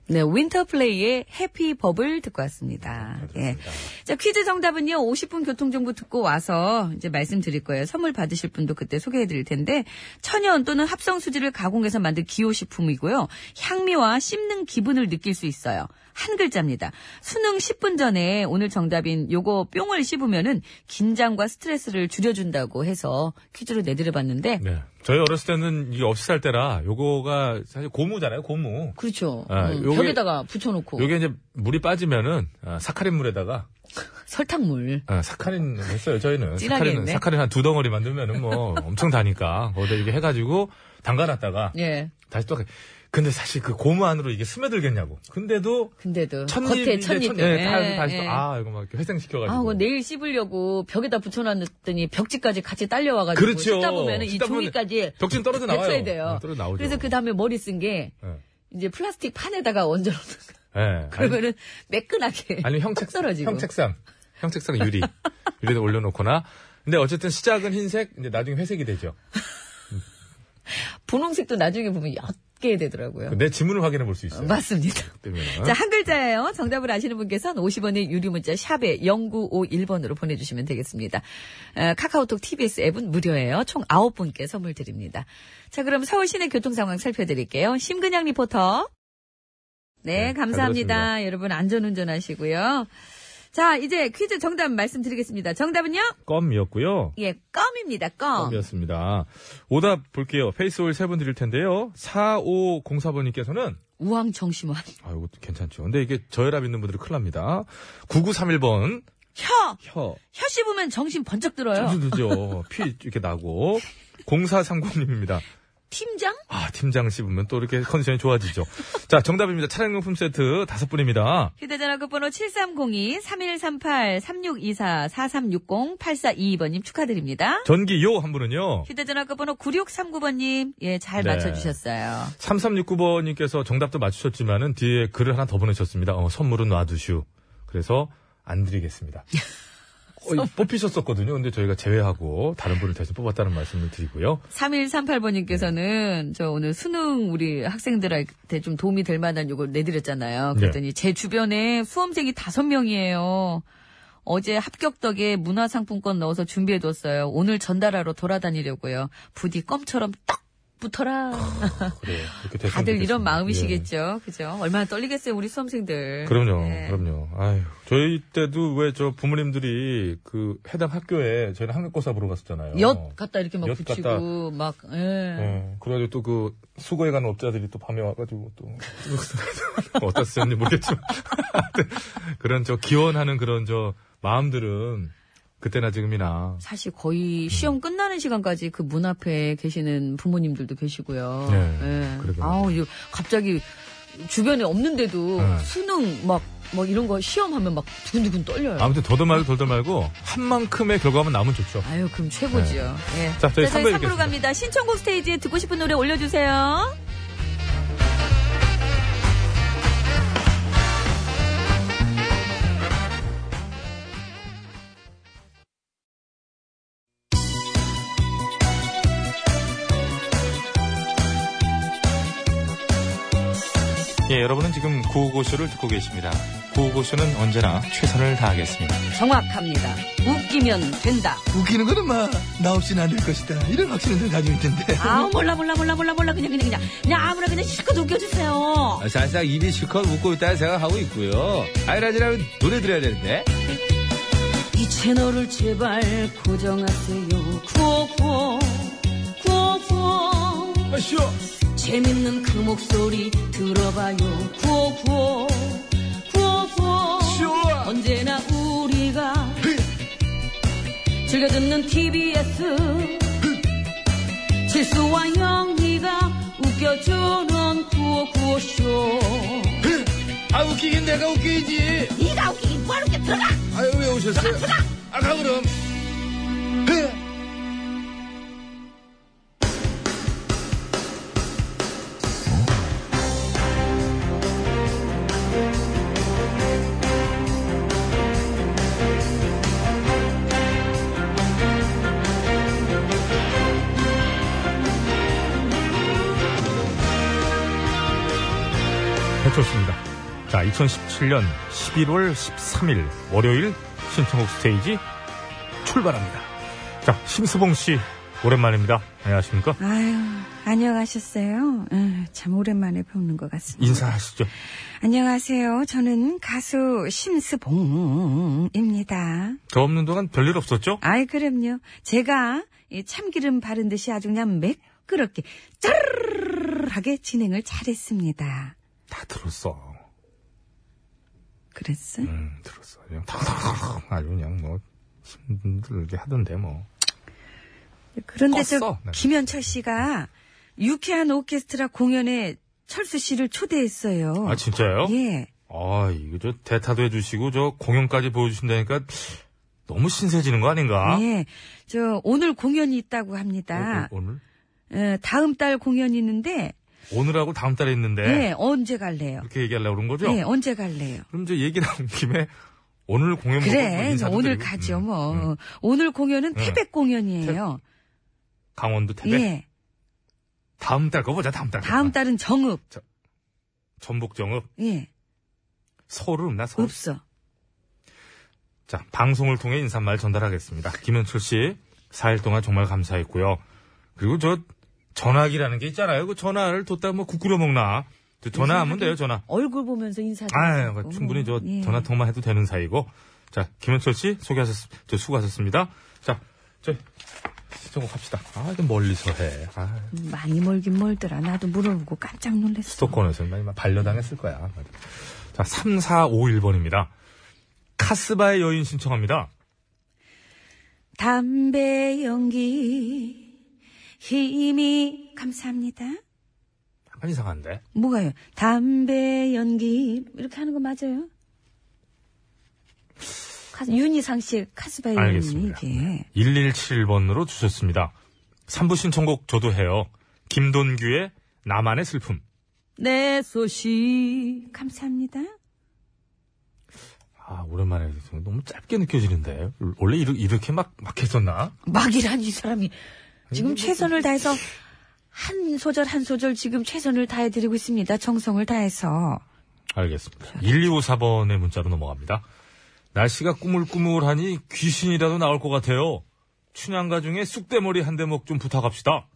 S2: 네, 윈터플레이의 해피 버블 듣고 왔습니다. 예. 자, 퀴즈 정답은요, 50분 교통정보 듣고 와서 이제 말씀드릴 거예요. 선물 받으실 분도 그때 소개해 드릴 텐데, 천연 또는 합성수지를 가공해서 만든 기호식품이고요. 향미와 씹는 기분을 느낄 수 있어요. 한 글자입니다. 수능 10분 전에 오늘 정답인 요거 뿅을 씹으면은 긴장과 스트레스를 줄여준다고 해서 퀴즈로 내드려봤는데,
S1: 네. 저희 어렸을 때는 이게 없이 살 때라 요거가 사실 고무잖아요, 고무.
S9: 그렇죠.
S1: 아,
S9: 음,
S1: 요게-
S9: 벽에다가 붙여놓고.
S1: 요게 이제 물이 빠지면은 아, 사카린 물에다가
S9: 설탕물.
S1: 아, 사카린 했어요 저희는
S2: 진하게
S1: 사카린
S2: 했네.
S1: 사카린 한 두 덩어리 만들면은
S2: (laughs)
S1: 뭐 엄청 다니까 거기다 이렇게 해가지고 담가놨다가
S2: 예.
S1: 다시 또 근데 사실 그 고무 안으로 이게 스며들겠냐고 근데도
S2: 근데도.
S1: 첫입에
S2: 겉에 첫입.
S1: 예, 다- 다시 또, 아 이거 막 이렇게 회생시켜가지고
S2: 아, 그거 내일 씹으려고 벽에다 붙여놨더니 벽지까지 같이 딸려와가지고
S1: 그렇죠.
S2: 씹다 보면은 이
S1: 씹다 보면
S2: 종이까지
S1: 벽지는 떨어져 나와요.
S2: 뱉어야 돼요.
S1: 네, 떨어져 나오죠.
S2: 그래서 그 다음에 머리 쓴 게
S1: 예.
S2: 이제 플라스틱 판에다가 얹어놓는 거.
S1: 예. 아니,
S2: 그러면은 매끈하게
S1: 아니면
S2: 턱
S1: 형책
S2: 떨어지고.
S1: 형책상 형책상 유리
S2: (laughs)
S1: 유리에 올려놓거나 근데 어쨌든 시작은 흰색 이제 나중에 회색이 되죠
S2: 분홍색도 나중에 보면 옅게 되더라고요.
S1: 내 지문을 확인해 볼 수 있어요
S2: 맞습니다.
S1: 때문에
S2: 자, 한 글자예요. 정답을 아시는 분께서는 50원의 유료 문자 샵에 0951번으로 보내주시면 되겠습니다. 에, 카카오톡 TBS 앱은 무료예요. 총 9분께 선물 드립니다. 자, 그럼 서울 시내 교통 상황 살펴드릴게요. 심근양 리포터. 네,
S1: 네,
S2: 감사합니다.
S1: 잘
S2: 여러분 안전운전 하시고요. 자, 이제 퀴즈 정답 말씀드리겠습니다. 정답은요?
S1: 껌이었고요
S2: 예, 껌입니다. 껌.
S1: 껌이었습니다. 오답 볼게요. 페이스홀 세 분 드릴 텐데요. 4504번님께서는
S9: 우왕정심환.
S1: 아, 이것도 괜찮죠. 근데 이게 저혈압 있는 분들은 큰일 납니다. 9931번.
S2: 혀!
S1: 혀.
S2: 혀 씹으면 정신 번쩍 들어요.
S1: 아주 늦죠. 피 이렇게 나고. 0430님입니다.
S2: 팀장?
S1: 아, 팀장 씹으면 또 이렇게 컨디션이 좋아지죠. 자, 정답입니다. 차량용품 세트 다섯 분입니다.
S2: 휴대전화 끝번호 7302-3138-3624-4360-8422번님 축하드립니다.
S1: 전기 요 한 분은요.
S2: 휴대전화 끝번호 9639번님, 예, 잘
S1: 네.
S2: 맞춰주셨어요.
S1: 3369번님께서 정답도 맞추셨지만은 뒤에 글을 하나 더 보내셨습니다. 어, 선물은 놔두슈. 그래서 안
S2: (laughs)
S1: 드리겠습니다. 거의 뽑히셨었거든요. 근데 저희가 제외하고 다른 분을 대신 뽑았다는 말씀을 드리고요.
S2: 3138번님께서는 저 오늘 수능 우리 학생들한테 좀 도움이 될 만한 요걸 내드렸잖아요. 그랬더니 제 주변에 수험생이 다섯 명이에요. 어제 합격 덕에 문화상품권 넣어서 준비해뒀어요. 오늘 전달하러 돌아다니려고요. 부디 껌처럼 딱 붙어라.
S1: 그래요. 이렇게 됐으면
S2: 다들 이런
S1: 좋겠습니다.
S2: 마음이시겠죠. 그죠? 얼마나 떨리겠어요, 우리 수험생들.
S1: 예. 그럼요,
S2: 예.
S1: 그럼요. 아유, 저희 때도 왜 저 부모님들이 그 해당 학교에 저희는 학력고사 보러 갔었잖아요.
S2: 엿 갖다 이렇게 막
S1: 엿
S2: 붙이고, 막, 예.
S1: 예, 그래가지고 또 그 수거에 가는 업자들이 또 밤에 와가지고 또 (laughs) 어디다 쓰셨는지 모르겠지만 하여튼 그런 저 기원하는 그런 저 마음들은 그때나 지금이나
S2: 사실
S1: 음.
S2: 거의 시험 끝나는 시간까지 그 문 앞에 계시는 부모님들도 계시고요.
S1: 네,
S2: 예.
S1: 그러게요.
S2: 아우, 이거 갑자기
S11: 주변에 없는데도
S1: 네.
S11: 수능 막,
S2: 뭐
S11: 막 이런 거 시험하면 막 두근두근 떨려요.
S1: 아무튼 더도 말고 덜도 말고 한 만큼의 결과만 나오면 좋죠.
S11: 아유, 그럼 최고지요. 예.
S1: 네. 자, 저희
S11: 삼부로
S1: 삼부에 뵙겠습니다.
S11: 갑니다. 신청곡 스테이지에 듣고 싶은 노래 올려주세요.
S1: 예, 여러분은 지금 구호고쇼를 듣고 계십니다. 구호고쇼는 언제나 최선을 다하겠습니다.
S2: 정확합니다. 웃기면 된다.
S8: 웃기는 거는 막나 없이는 안 될 것이다. 이런 확신을 늘 가지고 있던데.
S2: 아 몰라 몰라 몰라 몰라 몰라 그냥 그냥 그냥 그냥 아무나 그냥 실컷 웃겨주세요.
S3: 아, 사실상 입이 실컷 웃고 있다는 생각하고 있고요. 아이라지라면 노래 들어야 되는데.
S2: 이 채널을 제발 고정하세요. 구호구호 구호구호
S1: 아시오.
S2: 재밌는 그 목소리 들어봐요. 구호구호 구호구호 언제나 우리가 즐겨 듣는 TBS 실수와 영리가 웃겨주는 구호구호쇼
S3: 아, 웃기긴 내가 웃기지.
S2: 네가 웃기긴 뭐하는 게 들어가
S3: 아유, 왜 오셨어요? 아가, 그럼.
S1: 배철수입니다. 자, 2017년 11월 13일 월요일 신청곡 스테이지 출발합니다. 자, 심수봉 씨 오랜만입니다. 안녕하십니까?
S12: 아유, 안녕하셨어요. 아, 참 오랜만에 뵙는 것 같습니다.
S1: 인사하시죠.
S12: 안녕하세요. 저는 가수 심스봉입니다.
S1: 저 없는 동안 별일 없었죠?
S12: 아이, 그럼요. 제가 이 참기름 바른 듯이 아주 그냥 매끄럽게 짜르르르하게 진행을 잘했습니다.
S1: 다 들었어.
S12: 그랬어?
S1: 음, 들었어. 그냥 탁탁탁 아주 그냥 뭐 힘들게 하던데 뭐.
S12: 그런데 저
S1: 껐어. 네.
S12: 김현철 씨가 유쾌한 오케스트라 공연에 철수 씨를 초대했어요.
S1: 아, 진짜요?
S12: 예.
S1: 아, 이거 저 대타도 해주시고 저 공연까지 보여주신다니까 너무 신세지는 거 아닌가? 어,
S12: 예. 저 오늘 공연이 있다고 합니다.
S1: 오, 늘
S12: 어, 다음 달 공연이 있는데,
S1: 오늘하고 다음 달에 있는데
S12: 예, 언제 갈래요?
S1: 이렇게 얘기하려고 네. 그런 거죠?
S12: 예, 언제 갈래요?
S1: 그럼 이제 얘기 나온 김에 오늘 공연 보고 뭐
S12: 그래,
S1: 인사도
S12: 오늘
S1: 드리고,
S12: 가죠,
S1: 음,
S12: 뭐.
S1: 음.
S12: 오늘 공연은
S1: 응.
S12: 태백 공연이에요.
S1: 강원도 태백. 아.
S12: 예,
S1: 다음 달 거 보자. 다음 달. 거.
S12: 다음 달은 정읍.
S1: 전북 정읍
S12: 예,
S1: 서울 없나 서울.
S12: 없어.
S1: 자, 방송을 통해 인사말 전달하겠습니다. 김현철 씨, 4일 동안 정말 감사했고요. 그리고 저 전화기라는 게 있잖아요. 그 전화를 뒀다 뭐 국구려 먹나. 저 전화하면 돼요, 전화.
S11: 얼굴 보면서 인사도.
S1: 아,
S11: 하고.
S1: 충분히 저
S11: 예.
S1: 전화통만 해도 되는 사이고. 자, 김현철 씨 소개하셨, 저 수고하셨습니다. 자, 저 저거 갑시다. 아, 좀 멀리서 해. 아,
S12: 많이 멀긴 멀더라. 나도 물어보고 깜짝 놀랐어.
S1: 수도권에서 많이 막 반려당했을 거야. 맞아. 자, 3451번입니다. 카스바의 여인 신청합니다.
S12: 담배 연기 힘이 감사합니다.
S1: 약간 이상한데.
S12: 뭐가요? 담배 연기 이렇게 하는 거 맞아요? 카- 윤희상 씨의 카스바이 연기
S1: 네. 알겠습니다. 네.
S12: 이게
S1: 1171번으로 주셨습니다. 3부 신청곡 저도 해요. 김돈규의 나만의 슬픔.
S12: 내 소식 감사합니다.
S1: 아, 오랜만에 듣는 너무 짧게 느껴지는데. 원래 이르- 이렇게 막, 막 했었나?
S11: 막이란 이 사람이 지금 최선을 다해서 한 소절 한 소절 지금 최선을 다해드리고 있습니다.
S12: 정성을 다해서
S1: 알겠습니다. 1254번의 문자로 넘어갑니다. 날씨가 꾸물꾸물하니 귀신이라도 나올 것 같아요. 춘향가 중에 쑥대머리 한 대목 좀 부탁합시다.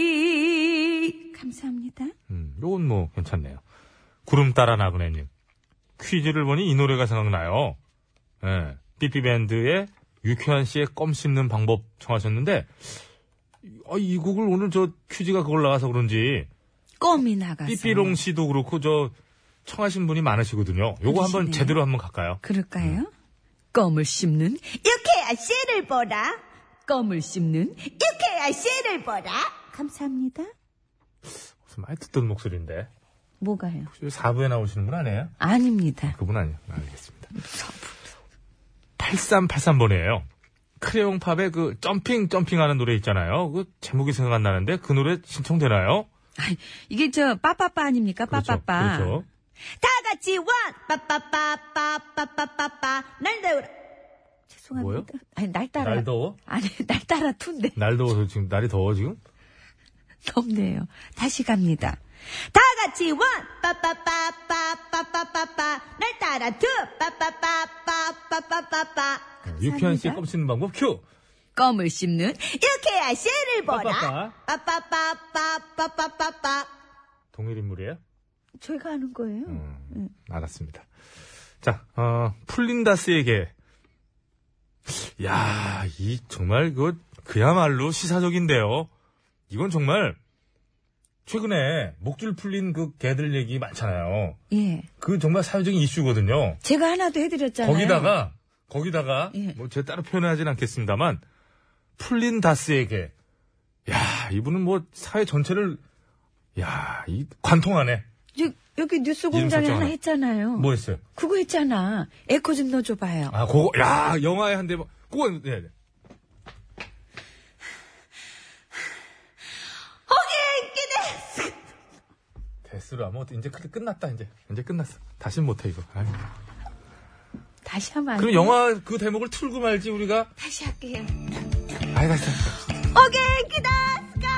S12: 쑥대머리 감사합니다.
S1: 음, 요건 뭐 괜찮네요. 구름 따라 나그네님. 퀴즈를 보니 이 노래가 생각나요. 예. 삐삐밴드의 유쾌한 씨의 껌 씹는 방법 청하셨는데, 아, 이 곡을 오늘 저 퀴즈가 그걸 나와서 그런지,
S12: 껌이 나가서
S1: 삐삐롱 씨도 그렇고 저 청하신 분이 많으시거든요. 요거 한번
S12: 그러시네요.
S1: 제대로 한번 갈까요?
S12: 그럴까요?
S2: 음.
S12: 껌을 씹는
S13: 유쾌한 씨를 보라.
S12: 껌을 씹는
S13: 유쾌한 씨를 보라.
S12: 감사합니다.
S1: 많이 듣던 목소리인데.
S2: 뭐가요?
S1: 4부에 나오시는 네. 분 아니에요?
S2: 아닙니다.
S1: 그분 아니요. 알겠습니다. 8383번이에요. 크레용팝의 그 점핑 점핑하는 노래 있잖아요. 그 제목이 생각 안 나는데 그 노래 신청되나요?
S2: 아이, 이게 저 빠빠빠 아닙니까? 빠빠빠.
S1: 그렇죠.
S2: 다 같이 원 빠빠빠빠빠빠빠빠 날 더우라. 죄송합니다.
S1: 뭐요?
S2: 아니 날 따라.
S1: 날 더워?
S2: 아니 날 따라 툰데
S1: 날 더워서 지금 날이 더워 지금?
S2: 덥네요. 다시 갑니다. 다 같이 원 빠빠빠빠빠빠빠빠 날 따라 투 빠빠빠빠빠빠빠빠
S1: 어, 유쾌한 씨의 껌 씹는 방법 큐.
S2: 껌을 씹는 유쾌한 씨를 보라
S1: 빠빠빠.
S2: 빠빠빠빠빠빠빠빠
S1: 동일 인물이에요?
S2: 저희가 아는 거예요.
S1: 음.
S2: 응.
S1: 알았습니다. 자, 어, 풀린다스에게. 야, 이 정말 그 그야말로 시사적인데요. 이건 정말 최근에 목줄 풀린 그 개들 얘기 많잖아요.
S2: 예.
S1: 그 정말 사회적인 이슈거든요.
S3: 제가 하나도
S12: 네.
S3: 해드렸잖아요.
S1: 거기다가 거기다가
S3: 예.
S1: 뭐 제가 따로 표현하진 않겠습니다만 풀린 다스에게 야 이분은 뭐 사회 전체를 야이 관통하네
S3: 여- 여기 뉴스
S1: 이름
S3: 공장에
S1: 설정
S3: 하나
S1: 하나.
S3: 했잖아요.
S1: 뭐 했어요
S3: 그거 했잖아. 에코 좀 넣어줘봐요.
S1: 아 그거 야 영화에 한대 뭐 그거 네, 네. 데스로 아무것도 뭐, 이제 그게 끝났다 이제 이제 끝났어 다시 못해 이거 아유.
S2: 다시 하면 안
S1: 그럼
S2: 돼요?
S1: 영화 그 대목을 틀고 말지 우리가
S2: 다시 할게요.
S1: 아이 가어
S2: 오겐키다스카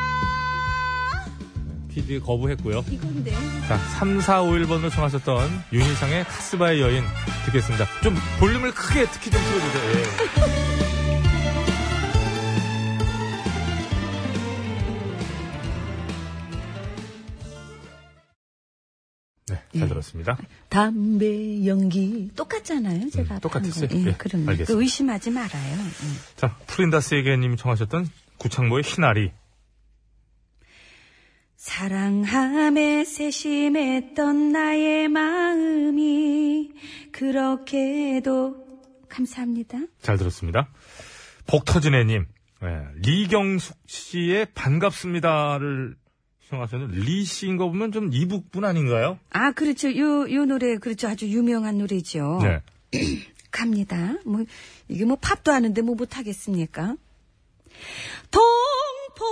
S1: 퀴즈 거부했고요
S2: 이건데.
S1: 자, 3, 4, 5일번으로 청하셨던 윤희상의 카스바의 여인 듣겠습니다. 좀 볼륨을 크게 특히 좀 틀어주세요. 예. 네,
S2: 예.
S1: 잘 들었습니다.
S3: 담배 연기
S12: 똑같잖아요, 제가.
S1: 음, 똑같았어요.
S12: 예,
S1: 예,
S12: 그럼
S1: 알겠습니다.
S12: 그 의심하지 말아요. 음.
S1: 자, 프린다스에게님이 청하셨던 구창모의 희나리.
S12: 사랑함에 세심했던 나의 마음이 그렇게도 감사합니다.
S1: 잘 들었습니다. 복터진애님, 예, 리경숙 씨의 반갑습니다를 시청하셨는 리 씨인 거 보면 좀 이북분 아닌가요?
S12: 아, 그렇죠. 요, 요 노래, 그렇죠. 아주 유명한 노래죠.
S3: 어.
S1: 네.
S12: 갑니다. 뭐, 이게 뭐 팝도 아는데 뭐 못하겠습니까? 동포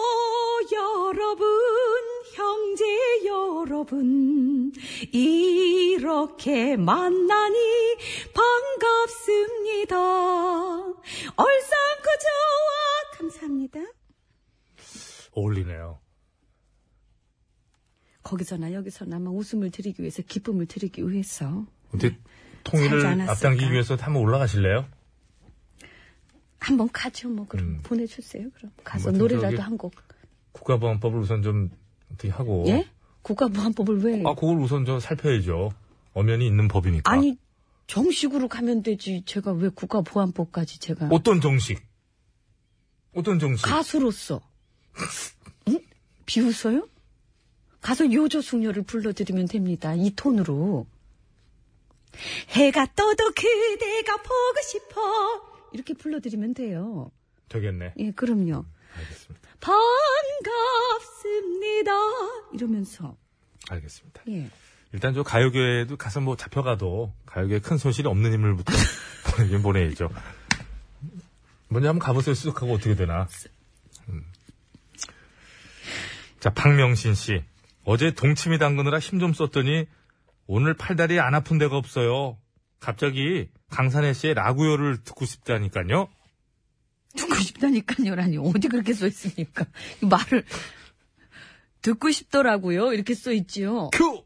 S12: 여러분, 형제 여러분, 이렇게 만나니 반갑습니다. 얼싸구저와 감사합니다.
S1: 어울리네요.
S3: 거기서나 여기서나 막 웃음을 드리기 위해서 기쁨을 드리기 위해서
S1: 근데
S3: 살지
S1: 통일을
S3: 않았을까?
S1: 앞당기기 위해서 한번 올라가실래요?
S3: 한번 가죠 뭐 그럼 보내주세요 그럼 가서
S1: 뭐,
S3: 노래라도
S1: 음. 저기-
S3: 한 곡.
S1: 국가보안법을 우선 좀 어떻게 하고.
S3: 예? 국가보안법을 왜?
S1: 아, 그걸 우선 저 살펴야죠. 엄연히 있는 법이니까.
S3: 아니 정식으로 가면 되지. 제가 왜 국가보안법까지 제가
S1: 어떤 정식? 어떤 정식?
S3: 가수로서 응? 비웃어요? 가서 요조숙녀를 불러드리면 됩니다. 이 톤으로 해가 떠도 그대가 보고 싶어 이렇게 불러드리면 돼요.
S1: 되겠네.
S3: 예, 그럼요. 반갑습니다. 이러면서
S1: 알겠습니다.
S3: 예.
S1: 일단 저 가요계에도 가서 뭐 잡혀가도 가요계에 큰 손실이 없는 인물부터 (laughs) 보내긴 보내야죠. 먼저 한번 가보세요. 수석하고 어떻게 되나. 음. 자, 박명신 씨. 어제 동치미 담그느라 힘 좀 썼더니 오늘 팔다리 안 아픈 데가 없어요. 갑자기 강산혜 씨의 라구요를 듣고 싶다니까요.
S3: 듣고 싶다니까요라니 어디 그렇게 써 있습니까? 이 말을 듣고 싶더라고요. 이렇게 써 있지요.
S1: 큐.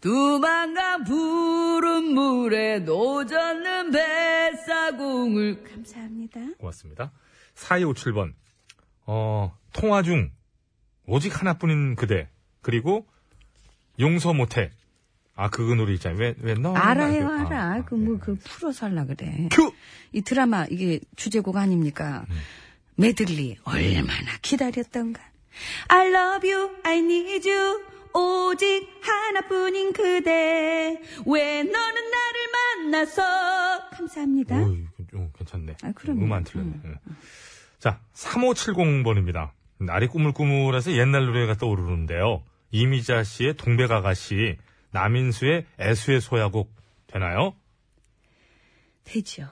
S3: 두만간 푸른 물에 노젓는 뱃사공을
S12: 감사합니다.
S1: 고맙습니다. 4257번. 어, 통화 중 오직 하나뿐인 그대. 그리고 용서 못해. 아, 그 노래 있잖아요. 왜, 왜 너?
S3: 어, 알아요,
S1: 아,
S3: 알아. 그, 뭐, 그, 풀어서 하려 그래.
S1: 큐!
S3: 이 드라마, 이게 주제곡 아닙니까? 메들리, 얼마나
S12: 기다렸던가. I love you, I need you. 오직 하나뿐인 그대. 왜 너는 나를 만나서. 감사합니다.
S1: 오, 이거 좀 괜찮네.
S12: 아, 그럼요.
S1: 음안 틀렸네. 예. 자, 3570번입니다. 날이 꾸물꾸물해서 옛날 노래가 떠오르는데요. 이미자 씨의 동백아가씨, 남인수의 애수의 소야곡 되나요?
S14: 되죠.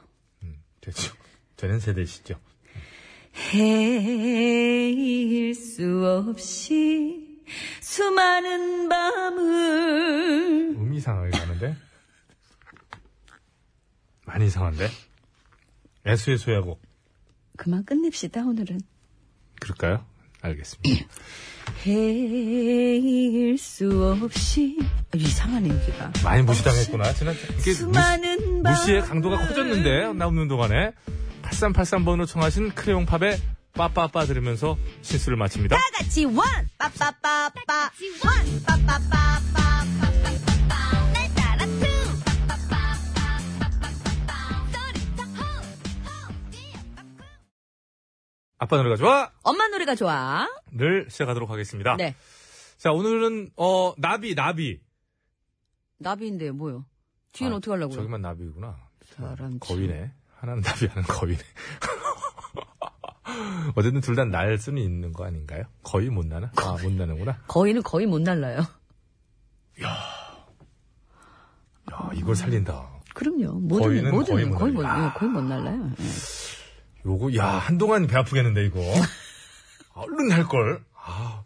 S1: 되죠. 되는 세대시죠.
S14: 헤일 수 없이 수많은 밤을
S1: 음이 이상하게 가는데? 많이 이상한데? 애수의 소야곡
S14: 그만 끝냅시다 오늘은
S1: 그럴까요? 알겠습니다.
S14: 헤일 수 없이 아, 이상한 얘기가
S1: 많이 무시당했구나. 지난 이게
S14: 수많은
S1: 무시, 무시의 강도가 커졌는데 나오는 동안에 8383번으로 청하신 크레용팝의 빠빠빠 들으면서 신수를 마칩니다.
S14: 다 같이 원 빠빠빠빠 원
S1: 아빠 노래가 좋아!
S12: 엄마 노래가 좋아.
S1: 를 시작하도록 하겠습니다.
S12: 네.
S1: 자, 오늘은, 어, 나비, 나비.
S12: 나비인데 뭐요? 뒤엔 어떻게 하려고요?
S1: 아, 저기만 나비구나.
S12: 사람
S1: 거위네. 하나는 나비, 하나는 거위네. (laughs) 어쨌든 둘 다 날 수는 있는 거 아닌가요? 거의 못 나나? 아, 못 나는구나.
S12: 거의는 거의 못 날라요. (laughs)
S1: 야, 이걸 살린다.
S12: 그럼요. 뭐든
S1: 거의는
S12: 뭐든
S1: 거의
S12: 거의
S1: 못
S12: 못, 거의 못,
S1: 날라요.
S12: 예, 거의 못 날라요. 예.
S1: 요거, 야,
S12: 어.
S1: 한동안 배 아프겠는데, 이거. 얼른 할걸. 아.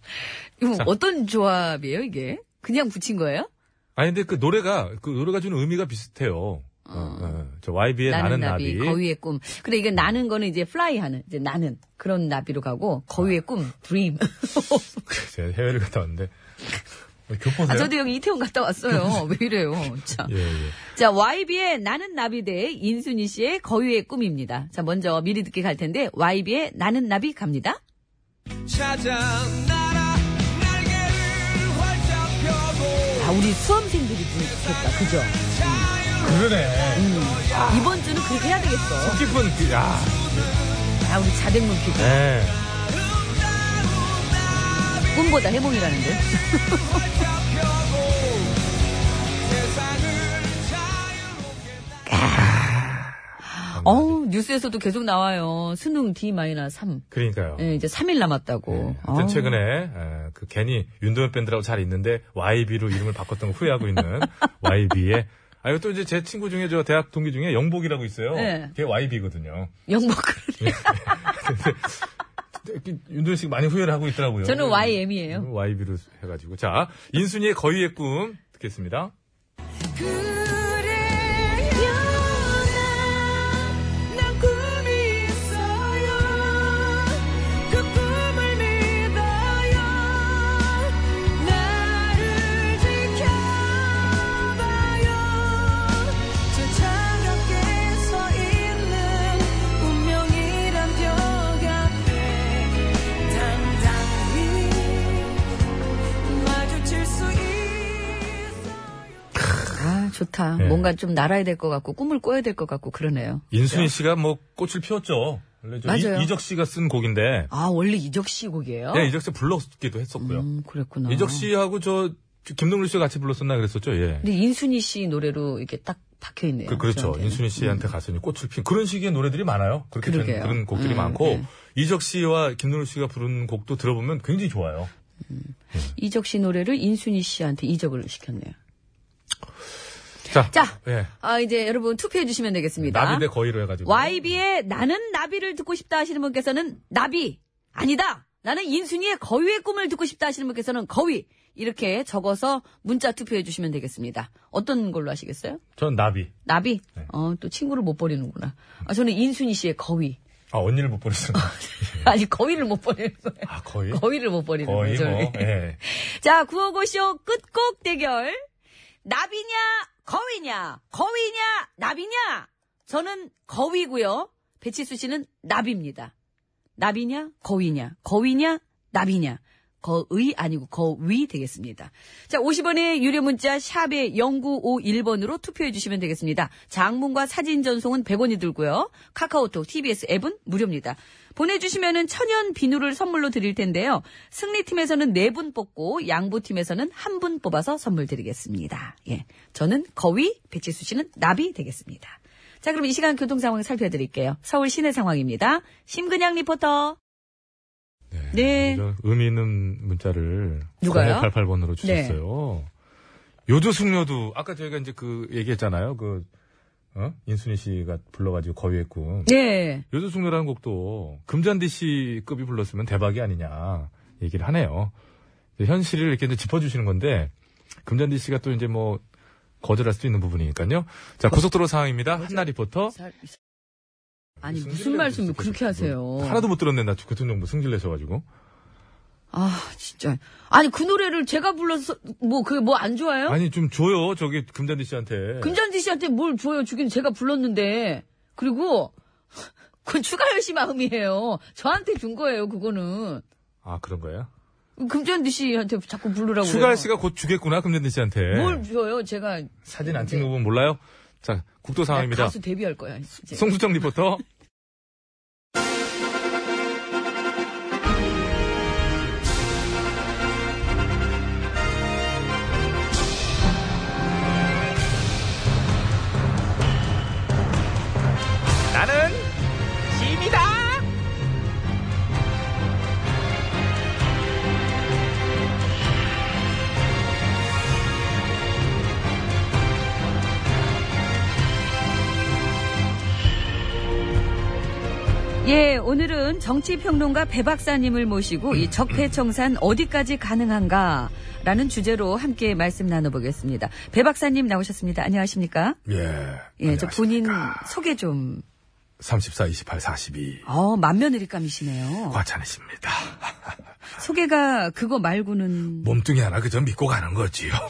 S12: 이거
S1: 자.
S12: 어떤 조합이에요 이게? 그냥 붙인 거예요?
S1: 아니, 근데 그 노래가, 그 노래가 주는 의미가 비슷해요. 어, 어. 저 YB의 나는, 나비.
S12: 거위의 꿈. 근데 이게 나는 거는 이제 플라이하는 이제 나는 그런 나비로 가고 거위의
S1: 아.
S12: 꿈 (laughs) 드림.
S1: 제가 해외를 갔다 왔는데. 어, 교포세요?
S12: 아, 저도 여기 이태원 갔다 왔어요. (laughs) 왜 이래요? 자,
S1: 예, 예.
S12: 자 YB의 나는 나비대 인순이 씨의 거위의 꿈입니다. 자 먼저 미리 듣게 갈 텐데 YB의 나는 나비 갑니다.
S3: 찾아 나라 날개를 활짝 펴고
S12: 아 우리 수험생들이 부르겠다 그죠?
S1: 그러네.
S12: 이번 주는 그렇게 해야 되겠어.
S1: 속 깊은, 그, 야.
S12: 아 우리 자댕문 피고
S1: 네.
S12: 꿈보다 해몽이라는데. 어우, 뉴스에서도 계속 나와요. 수능 D-3.
S1: 그러니까요.
S12: 예, 이제 3일 남았다고.
S1: 아무튼
S12: 어우.
S1: 최근에 에, 그 괜히 윤도현 밴드라고 잘 있는데 YB로 이름을 바꿨던 거 후회하고
S12: (laughs)
S1: 있는 YB의 아 이거 또 이제 제 친구 중에 저 대학 동기 중에 영복이라고 있어요.
S12: 네.
S1: 걔 YB거든요. 예.
S12: 영복.
S1: (laughs) 윤도현 씨가 많이 후회를 하고 있더라고요.
S12: 저는 YM이에요.
S1: YB로 해가지고 자 인순이의 거위의 꿈 듣겠습니다.
S2: 난 꿈이 있어요 그 꿈을 믿어요 나를 지켜봐요 저 차갑게 서 있는 운명이란 벽 앞에 당당히 마주칠 수
S12: 아, 좋다.
S1: 예.
S12: 뭔가 좀 날아야 될 것 같고, 꿈을 꿔야 될 것 같고, 그러네요.
S1: 인순이 씨가 뭐 꽃을 피웠죠. 원래 저
S12: 맞아요. 어?
S1: 이, 이적 씨가 쓴 곡인데
S12: 아, 원래 이적 씨 곡이에요?
S1: 네, 이적 씨 불렀기도 했었고요.
S12: 음. 그랬구나.
S1: 이적 씨하고 저 김동률 씨가 같이 불렀었나 그랬었죠. 예.
S12: 근데 인순이 씨 노래로 이렇게 딱 박혀있네요.
S1: 그, 그렇죠.
S12: 저한테는.
S1: 인순이 씨한테 가서 이제 꽃을 핀 그런 식의 노래들이 많아요. 그렇게 된
S12: 그러게요.
S1: 그런 곡들이
S12: 음,
S1: 많고
S12: 네.
S1: 이적 씨와 김동률 씨가 부른 곡도 들어보면 굉장히 좋아요.
S12: 이적 씨 노래를 인순이 씨한테 이적을 시켰네요.
S1: 자,
S12: 자,
S1: 예.
S12: 아, 이제 여러분 투표해주시면 되겠습니다.
S1: 나비대 거의로 해가지고
S12: YB의 나는 나비를 듣고 싶다 하시는 분께서는 나비 아니다 나는 인순이의 거위의 꿈을 듣고 싶다 하시는 분께서는 거위 이렇게 적어서 문자 투표해 주시면 되겠습니다 어떤 걸로 하시겠어요?
S1: 전 나비.
S12: 나비
S1: 네.
S12: 어, 또 친구를 못 버리는구나 아, 저는 인순이 씨의 거위 (laughs)
S1: 아 언니를 못 버렸어.
S12: 아니 거위를 못 버리는 거예요
S1: 아 거의.
S12: 거위를 못 버리는
S1: 거의
S12: 거죠
S1: 뭐. 예.
S12: 자, 구호고쇼 끝곡 대결. 나비냐, 거위냐, 거위냐, 나비냐. 저는 거위고요. 배치수 씨는 나비입니다. 나비냐, 거위냐, 거위냐, 나비냐. 거의 아니고 거위 되겠습니다. 자, 50원의 유료 문자 샵에 0951번으로 투표해 주시면 되겠습니다. 장문과 사진 전송은 100원이 들고요. 카카오톡, TBS 앱은 무료입니다. 보내주시면은 천연 비누를 선물로 드릴 텐데요. 승리팀에서는 4분 뽑고 양보팀에서는 1분 뽑아서 선물 드리겠습니다. 예. 저는 거위, 배치수 씨는 나비 되겠습니다. 자, 그럼 이 시간 교통 상황 살펴드릴게요. 서울 시내 상황입니다. 심근양 리포터. 예.
S15: 네.
S16: 이런 의미 있는 문자를
S15: 누가요?
S16: 88번으로 주셨어요. 요조숙녀도 아까 저희가 이제 그 얘기했잖아요. 그 어? 인순이 씨가 불러가지고 거위했군.
S15: 네.
S16: 요조숙녀라는 곡도 금잔디 씨급이 불렀으면 대박이 아니냐 얘기를 하네요. 현실을 이렇게 이제 짚어주시는 건데 금잔디 씨가 또 이제 뭐 거절할 수도 있는 부분이니까요. 자
S15: 그렇죠.
S16: 고속도로 상황입니다. 한나 리포터.
S15: 아니, 무슨 뭐 말씀을 그렇게 하세요.
S16: 하나도 못 들었네 나 교통정보 승질내셔가지고.
S15: 아, 진짜. 아니, 그 노래를 제가 불러서, 뭐, 그게 뭐 안 좋아요? 그
S16: 아니 좀 줘요 저기 금잔디 씨한테.
S15: 금전지 씨한테 뭘 줘요? 주긴 제가 불렀는데. 그리고, (laughs) 그건 추가 열시 마음이에요. 저한테 준 거예요, 그거는.
S16: 아 그런 거예요?
S15: 금전지 씨한테 자꾸 부르라고.
S16: 추가할
S15: 그래요.
S16: 씨가 곧 주겠구나 금잔디 씨한테.
S15: 뭘 줘요, 제가.
S16: 사진 안 찍는 거 보면 몰라요. 자 국도 상황입니다.
S15: 가수 네. 데뷔할 거야, 이제.
S16: 송수정 리포터.
S17: 나는 짐이다.
S12: 예, 오늘은 정치평론가 배 박사님을 모시고 이 적폐청산 어디까지 가능한가? 라는 주제로 함께 말씀 나눠보겠습니다. 배 박사님 나오셨습니다. 안녕하십니까?
S1: 예.
S12: 예, 저 본인 소개 좀,
S1: 34, 28, 42.
S12: 어, 만면느리감이시네요.
S1: 과찬이십니다.
S12: 소개가 그거 말고는.
S1: 몸뚱이 하나 그저 믿고 가는 거지요. (laughs)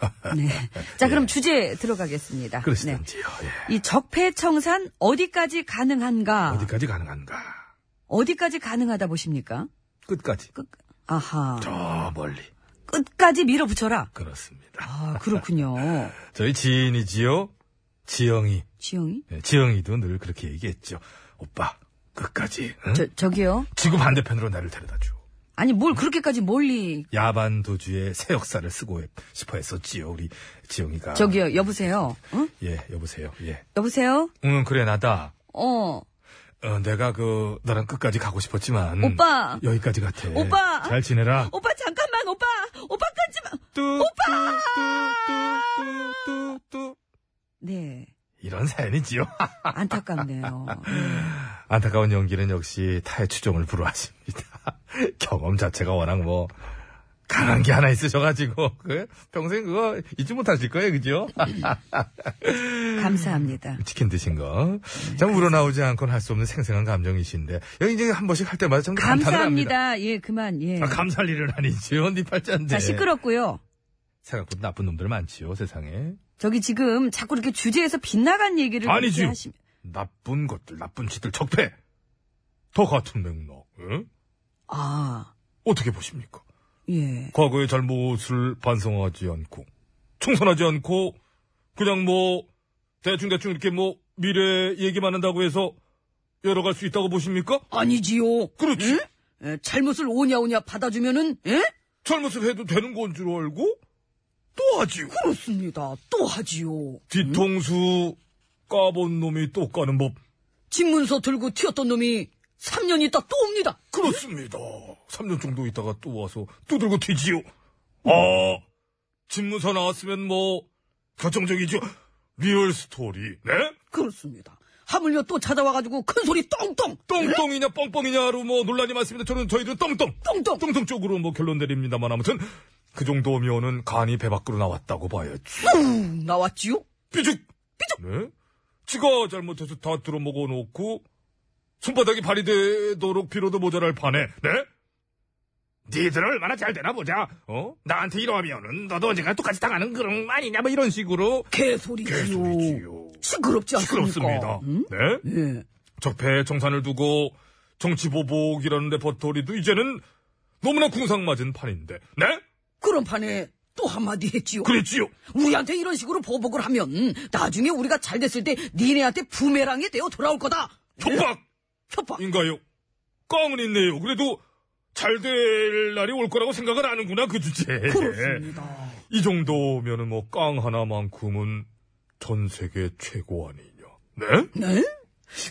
S12: (laughs) 네. 자, 그럼 주제 들어가겠습니다. 네.
S1: 그러시든지요. 예.
S12: 이 적폐청산 어디까지 가능한가?
S1: 어디까지 가능한가?
S12: 어디까지 가능하다 보십니까?
S1: 끝까지.
S12: 아하.
S1: 저 멀리.
S12: 끝까지 밀어붙여라.
S1: 그렇습니다.
S12: 아, 그렇군요.
S1: 저희 지인이지요. 지영이.
S12: 지영이?
S1: 네, 지영이도 늘 그렇게 얘기했죠. 오빠, 끝까지. 응?
S12: 저, 저기요?
S1: 지구 반대편으로 나를 데려다 줘.
S12: 아니, 뭘 그렇게까지 멀리.
S1: 야반 도주의 새 역사를 쓰고 했- 싶어 했었지요. 우리 지영이가.
S12: 저기요, 여보세요? 응?
S1: 예, 여보세요. 예.
S12: 여보세요?
S1: 응, 그래, 나다.
S12: 어.
S1: 어, 내가 그, 너랑 끝까지 가고 싶었지만.
S12: 오빠.
S1: 여기까지 같아.
S12: 오빠.
S1: 잘 지내라.
S12: 오빠, 잠깐만, 오빠! 오빠 끊지 마!
S1: 오빠!
S12: 네.
S1: 이런 사연이지요. (laughs)
S12: 안타깝네요.
S1: 안타까운 연기는 역시 타의 추종을 불허하십니다. (laughs) 경험 자체가 워낙 뭐, 강한 게 하나 있으셔가지고, 그, 평생 그거 잊지 못하실 거예요, 그죠? 아, 음.
S12: 감사합니다.
S1: 치킨 드신 거. 참 우러나오지 않고는 할 수 없는 생생한 감정이신데, 여기 이제 한 번씩 할 때마다 참 감탄을 합니다.
S12: 감사합니다. 예, 그만, 예.
S1: 아, 감사할 네. 일은 아니지요, 니 팔자인데.
S12: 자, 시끄럽고요.
S1: 생각보다 나쁜 놈들 많지요, 세상에.
S12: 저기 지금 자꾸 이렇게 주제에서 빗나간 얘기를 그렇게
S1: 아니지요.
S12: 하시면
S1: 나쁜 것들, 나쁜 짓들 적폐. 더 같은 맥락, 응?
S12: 아,
S1: 어떻게 보십니까?
S12: 예.
S1: 과거의 잘못을 반성하지 않고, 청산하지 않고, 그냥 뭐, 대충대충 이렇게 뭐, 미래 얘기만 한다고 해서, 열어갈 수 있다고 보십니까?
S3: 아니지요.
S1: 그렇지.
S12: 예,
S3: 에, 잘못을 오냐 오냐 받아주면은 에?
S1: 잘못을 해도 되는 건 줄 알고, 또 하지요.
S3: 그렇습니다. 또 하지요.
S1: 뒤통수 까본 놈이 또 까는 법.
S3: 집문서 들고 튀었던 놈이 3년 있다 또 옵니다.
S1: 그렇습니다. 3년 정도 있다가 또 와서 또 들고 튀지요. 아, 집무사 나왔으면 뭐, 결정적이죠. 리얼 스토리, 네?
S3: 그렇습니다. 하물며 또 찾아와가지고 큰 소리 똥똥
S1: 똥똥이냐 뻥뻥이냐로 뭐 논란이 많습니다. 저는 저희들은 똥똥 똥똥 똥똥 쪽으로 뭐 결론 내립니다만 아무튼 그 정도면은 간이 배 밖으로 나왔다고 봐야지.
S3: 뿡 나왔지요.
S1: 삐죽 삐죽. 네? 지가 잘못해서 다 들어먹어 놓고 손바닥이 발이 되도록 빌어도 모자랄 판에 네?
S18: 니들 얼마나 잘 되나 보자. 어? 나한테 이러면은 너도 언젠가 똑같이 당하는 그런 거 아니냐 뭐 이런 식으로.
S1: 그
S3: 개소리지요. 시끄럽지 않습니까?
S1: 시끄럽습니다.
S3: 그러니까. 응? 예.
S1: 네? 적폐 정산을 두고 정치 보복이라는데 버터리도 이제는 너무나 궁상맞은 판인데 네?
S3: 그런 판에 또 한마디 했지요.
S1: 그랬지요.
S3: 우리한테 이런 식으로 보복을 하면 나중에 우리가 잘 됐을 때 니네한테 부메랑이 되어 돌아올 거다.
S1: 협박!
S3: 협박.
S1: 인가요? 꽝은 있네요. 그래도 잘 될 날이 올 거라고 생각을 하는구나, 그 주제.
S3: 그렇습니다.
S1: 이 정도면은 뭐 꽝 하나만큼은 전 세계 최고 아니냐. 네?
S3: 네?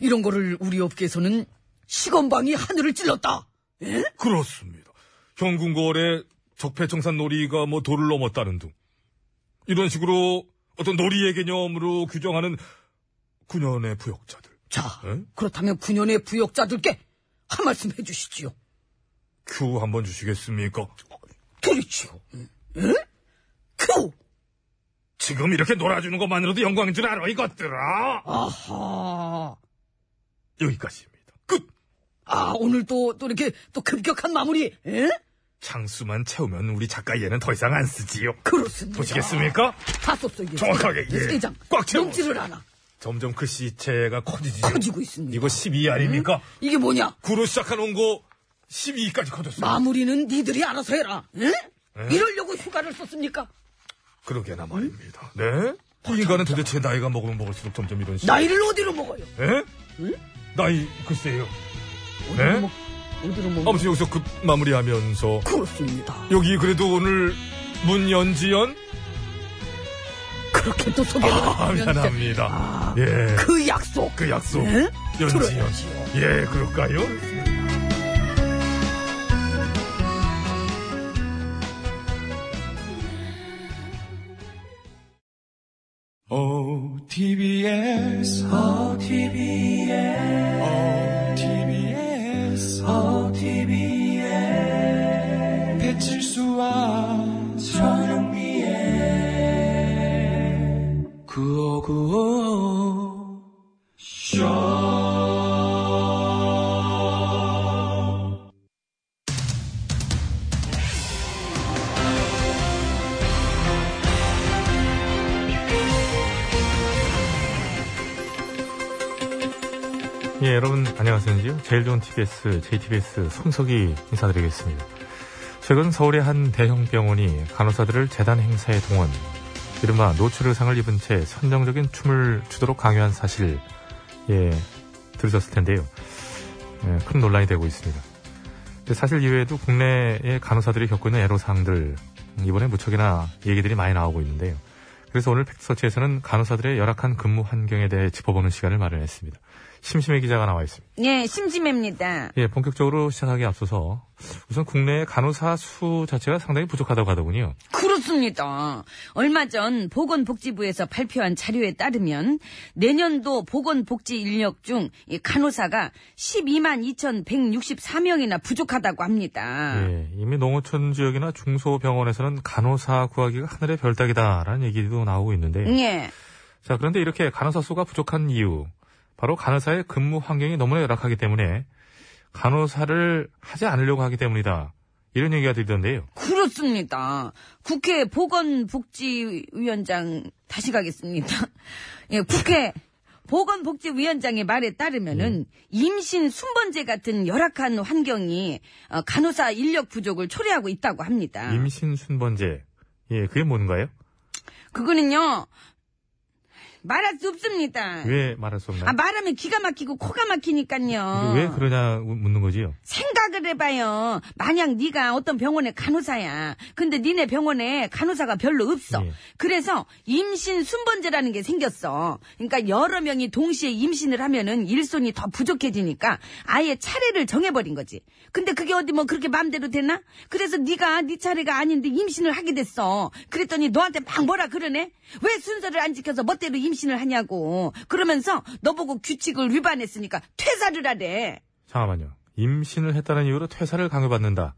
S3: 이런 거를 우리 업계에서는 시건방이 하늘을 찔렀다. 예?
S19: 그렇습니다. 현궁거래 적폐청산 놀이가 뭐 도를 넘었다는 등 이런 식으로 어떤 놀이의 개념으로 규정하는 9년의 부역자들.
S3: 자, 에? 그렇다면 9년의 부역자들께 한 말씀 해주시지요.
S19: 큐 한번 주시겠습니까?
S3: 그렇지요. 응? 큐!
S19: 지금 이렇게 놀아주는 것만으로도 영광인 줄 알아, 이것들아!
S3: 아하.
S19: 여기까지입니다. 끝!
S3: 아, 오늘 또, 또 이렇게 또 급격한 마무리, 에?
S19: 장수만 채우면 우리 작가 얘는 더 이상 안 쓰지요.
S3: 그렇습니다.
S19: 보시겠습니까?
S3: 다 썼어, 이게.
S19: 정확하게, 예.
S3: 세장.
S19: 꽉 채워.
S3: 넘지를 않아.
S19: 점점 글씨체가 커지지.
S3: 커지고 있습니다.
S19: 이거 12 아닙니까?
S3: 이게 뭐냐?
S19: 구로 시작한 원고 12까지 커졌어요.
S3: 마무리는 니들이 알아서 해라. 에? 이러려고 휴가를 썼습니까?
S19: 그러게나 말입니다. 네? 이 인간은 도대체 나이가 먹으면 먹을수록 점점 이런 식.
S3: 아, 나이를 어디로 먹어요?
S19: 예? 나이 글쎄요.
S3: 어디로
S19: 네?
S3: 먹, 어디로 먹어?
S19: 아무튼 여기서 급 마무리하면서
S3: 그렇습니다.
S19: 여기 그래도 오늘 문연지연
S3: 그렇게 또 소개를
S19: 아,
S3: 하면
S19: 미안합니다. 예.
S3: 그 약속.
S19: 그 약속.
S3: 예?
S19: 연지연.
S3: 들어야지요.
S19: 예, 그럴까요?
S20: OTBS, OTBS, OTBS, OTBS. 배칠수와 저녁미에 구호구호 쇼.
S1: 예, 여러분 안녕하세요. 제일 좋은 TBS, JTBS 손석희 인사드리겠습니다. 최근 서울의 한 대형 병원이 간호사들을 재단 행사에 동원, 이른바 노출 의상을 입은 채 선정적인 춤을 추도록 강요한 사실, 예, 들으셨을 텐데요. 예, 큰 논란이 되고 있습니다. 근데 사실 이외에도 국내의 간호사들이 겪고 있는 애로사항들, 음, 이번에 무척이나 얘기들이 많이 나오고 있는데요. 그래서 오늘 팩트서치에서는 간호사들의 열악한 근무 환경에 대해 짚어보는 시간을 마련했습니다. 심심해 기자가 나와 있습니다.
S12: 예, 심심해입니다.
S1: 예, 본격적으로 시작하기 앞서서 우선 국내의 간호사 수 자체가 상당히 부족하다고 하더군요.
S12: 그렇습니다. 얼마 전 보건복지부에서 발표한 자료에 따르면 내년도 보건복지 인력 중이 간호사가 12만 2,164명이나 부족하다고 합니다.
S1: 예, 이미 농어촌 지역이나 중소병원에서는 간호사 구하기가 하늘의 별따기다라는 얘기도 나오고 있는데.
S12: 예.
S1: 자, 그런데 이렇게 간호사 수가 부족한 이유, 바로 간호사의 근무 환경이 너무나 열악하기 때문에 간호사를 하지 않으려고 하기 때문이다. 이런 얘기가 들던데요.
S12: 그렇습니다. 국회 보건복지위원장 다시 가겠습니다. (laughs) 예, 국회 보건복지위원장의 말에
S1: 음.
S12: 따르면은 임신 순번제 같은 열악한 환경이 어, 간호사 인력 부족을 초래하고 있다고 합니다.
S1: 임신 순번제. 예, 그게 뭔가요?
S12: 그거는요 말할 수 없습니다.
S1: 왜 말할 수 없나요?
S12: 아 말하면 기가 막히고 코가 막히니까요.
S1: 왜 그러냐고 묻는 거지요?
S12: 생각을 해봐요. 만약 네가 어떤 병원의 간호사야. 근데 니네 병원에 간호사가 별로 없어.
S1: 예.
S12: 그래서 임신 순번제라는 게 생겼어. 그러니까 여러 명이 동시에 임신을 하면은 일손이 더 부족해지니까 아예 차례를 정해버린 거지. 근데 그게 어디 뭐 그렇게 마음대로 되나? 그래서 네가 네 차례가 아닌데 임신을 하게 됐어. 그랬더니 너한테 막 뭐라 그러네? 왜 순서를 안 지켜서 멋대로 임신을 하냐고. 그러면서 너보고 규칙을 위반했으니까 퇴사를 하래.
S1: 잠깐만요. 임신을 했다는 이유로 퇴사를 강요받는다.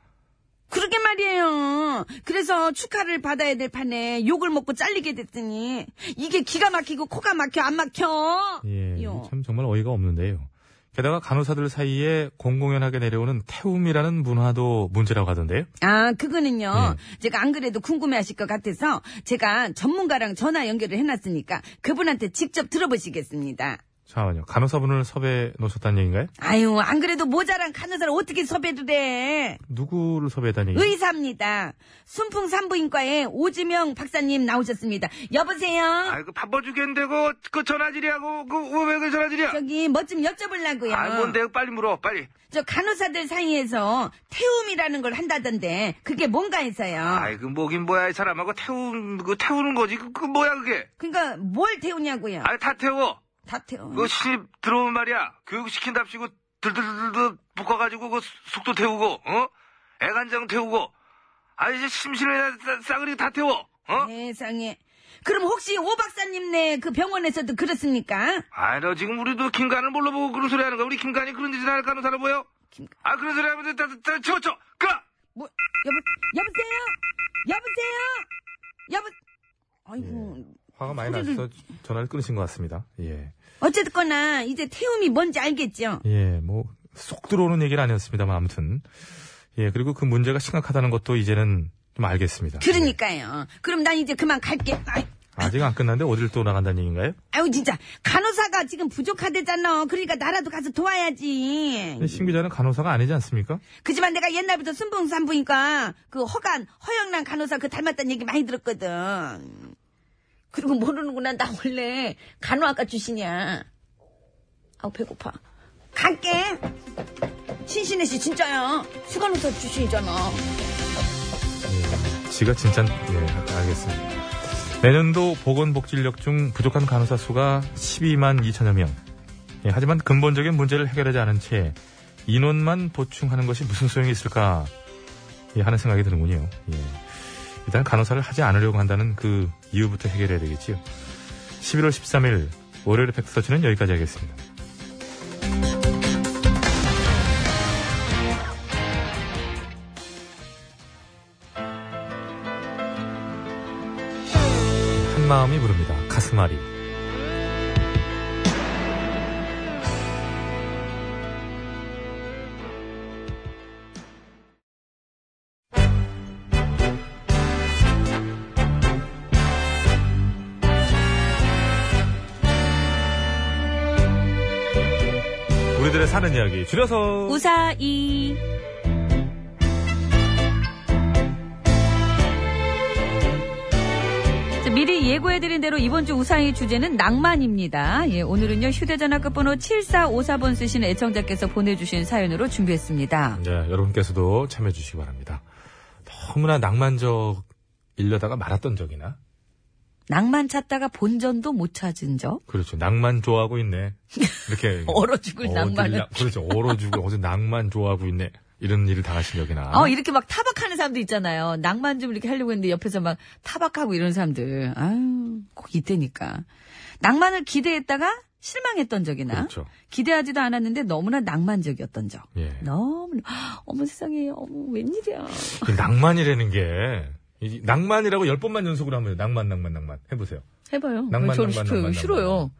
S12: 그러게 말이에요. 그래서 축하를 받아야 될 판에 욕을 먹고 잘리게 됐더니 이게 기가 막히고 코가 막혀 안 막혀.
S1: 예,
S12: 요.
S1: 참 정말 어이가 없는데요. 게다가 간호사들 사이에 공공연하게 내려오는 태움이라는 문화도 문제라고 하던데요.
S12: 아 그거는요. 제가 안 그래도 궁금해하실 것 같아서 제가 전문가랑 전화 연결을 해놨으니까 그분한테 직접 들어보시겠습니다.
S1: 잠깐만요. 간호사분을 섭외해 놓으셨다는 얘기인가요?
S12: 아유 안 그래도 모자란 간호사를 어떻게 섭외를 해.
S1: 누구를 섭외했다는 얘기예요?
S12: 의사입니다. 순풍 산부인과의 오지명 박사님 나오셨습니다. 여보세요.
S21: 아이고 바빠 죽겠는데 그, 그 전화질이하고 그왜그 전화질이야?
S12: 저기 뭐 좀 여쭤보려고요.
S21: 아 뭔데 빨리 물어 빨리.
S12: 저 간호사들 사이에서 태움이라는 걸 한다던데 그게 뭔가 해서요.
S21: 아이고 뭐긴 뭐야 이 사람하고 태우 그 태우는 거지 그, 그 뭐야 그게?
S12: 그러니까 뭘 태우냐고요?
S21: 아다 태워.
S12: 다 태워.
S21: 뭐? 그 시집 들어오면 말이야 교육 시킨답시고 들들들들 묶어가지고 그 속도 태우고 어 애간장 태우고 아 이제 심심해 싸그리 다 태워 어?
S3: 세상에. 그럼 혹시 오 박사님 네 그 병원에서도 그렇습니까?
S21: 아이 너 지금 우리도 김간을 몰라보고 그런 소리 하는 거야 우리 김간이 그런 짓을 할 가능성 보여? 아 그런 소리 하면 다, 다, 다 치워쳐 가!
S3: 뭐 여보 여보세요? 여보세요? 여보 아이고
S1: 화가 많이
S3: 소리를-
S1: 나서 전화를 끊으신 것 같습니다. 예.
S3: 어쨌거나 이제 태움이 뭔지 알겠죠?
S1: 예, 뭐 쏙 들어오는 얘기는 아니었습니다만 아무튼 예 그리고 그 문제가 심각하다는 것도 이제는 좀 알겠습니다. 예,
S3: 그러니까요. 그럼 난 이제 그만 갈게. 아이,
S1: 아직 안 끝났는데 어딜 또 나간다는 얘기인가요?
S3: 아유 진짜 간호사가 지금 부족하대잖아. 그러니까 나라도 가서 도와야지.
S1: 근데 신 기자는 간호사가 아니지 않습니까?
S3: 그지만 내가 옛날부터 순봉산부니까 그 허간 허영란 간호사 그 닮았다는 얘기 많이 들었거든. 그리고 모르는구나 나 원래 간호학과 출신이야. 아우 배고파. 갈게. 신신혜 씨 진짜요. 수간호사 출신이잖아.
S1: 지가 진짜 예 알겠습니다. 내년도 보건복지인력 중 부족한 간호사 수가 12만 2천여 명. 예, 하지만 근본적인 문제를 해결하지 않은 채 인원만 보충하는 것이 무슨 소용이 있을까 예, 하는 생각이 드는군요. 예. 일단 간호사를 하지 않으려고 한다는 그 이유부터 해결해야 되겠지요. 11월 13일 월요일 팩트서치는 여기까지 하겠습니다. 한 마음이 부릅니다. 가슴앓이. 우리들의 사는 이야기 줄여서
S12: 우사이. 자, 미리 예고해드린 대로 이번 주 우상의 주제는 낭만입니다. 예, 오늘은요, 휴대전화 끝번호 7454번 쓰신 애청자께서 보내주신 사연으로 준비했습니다.
S1: 네, 여러분께서도 참여해 주시기 바랍니다. 너무나 낭만적이려다가 말았던 적이나
S12: 낭만 찾다가 본전도 못 찾은 적?
S1: 그렇죠. 낭만 좋아하고 있네. 이렇게
S12: (laughs) 얼어 죽을
S1: 어딜
S12: 낭만을.
S1: 나- (laughs) 그렇죠. 얼어 죽을 어제 낭만 좋아하고 있네. 이런 일을 당하신 적이나.
S12: 어, 이렇게 막 타박하는 사람도 있잖아요. 낭만 좀 이렇게 하려고 했는데 옆에서 막 타박하고 이런 사람들. 아유, 꼭 이때니까. 낭만을 기대했다가 실망했던 적이나.
S1: 그렇죠.
S12: 기대하지도 않았는데 너무나 낭만적이었던 적.
S1: 예.
S12: 너무, 헉, 어머 세상에, 어머, 웬일이야.
S1: 이 낭만이라는 게 이- 낭만이라고 열 번만 연속으로 하면 돼요. 낭만 낭만 낭만 해보세요.
S12: 해봐요.
S1: 낭만,
S12: 왜 저를
S1: 낭만,
S12: 시켜요?
S1: 낭만,
S12: 싫어요.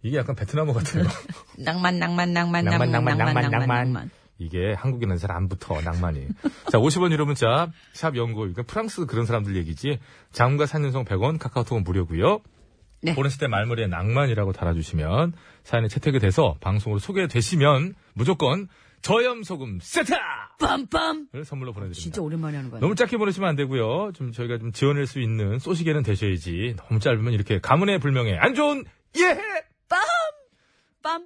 S1: 이게 약간 베트남어
S12: (laughs)
S1: 같아요.
S12: 낭만, 낭만,
S1: 낭만,
S12: 낭만, 낭만,
S1: 낭만,
S12: 낭만,
S1: 낭만, 낭만. 이게 한국인은 잘 안 붙어 낭만이. 자 50원 유료 문자 샵 연구 그러니까 프랑스 그런 사람들 얘기지. 장과 산연성 100원 카카오톡은 무료고요.
S12: 네.
S1: 보냈을 때 말머리에 낭만이라고 달아주시면 사연이 채택이 돼서 방송으로 소개되시면 무조건 저염소금 세트를
S12: 빰빰!
S1: 선물로 보내드립니다.
S12: 진짜 오랜만에 하는 거야.
S1: 너무 짧게 보내시면 안 되고요. 좀 저희가 좀 지원할 수 있는 소식에는 되셔야지. 너무 짧으면 이렇게 가문의 불명예 안 좋은 예해.
S12: 빰!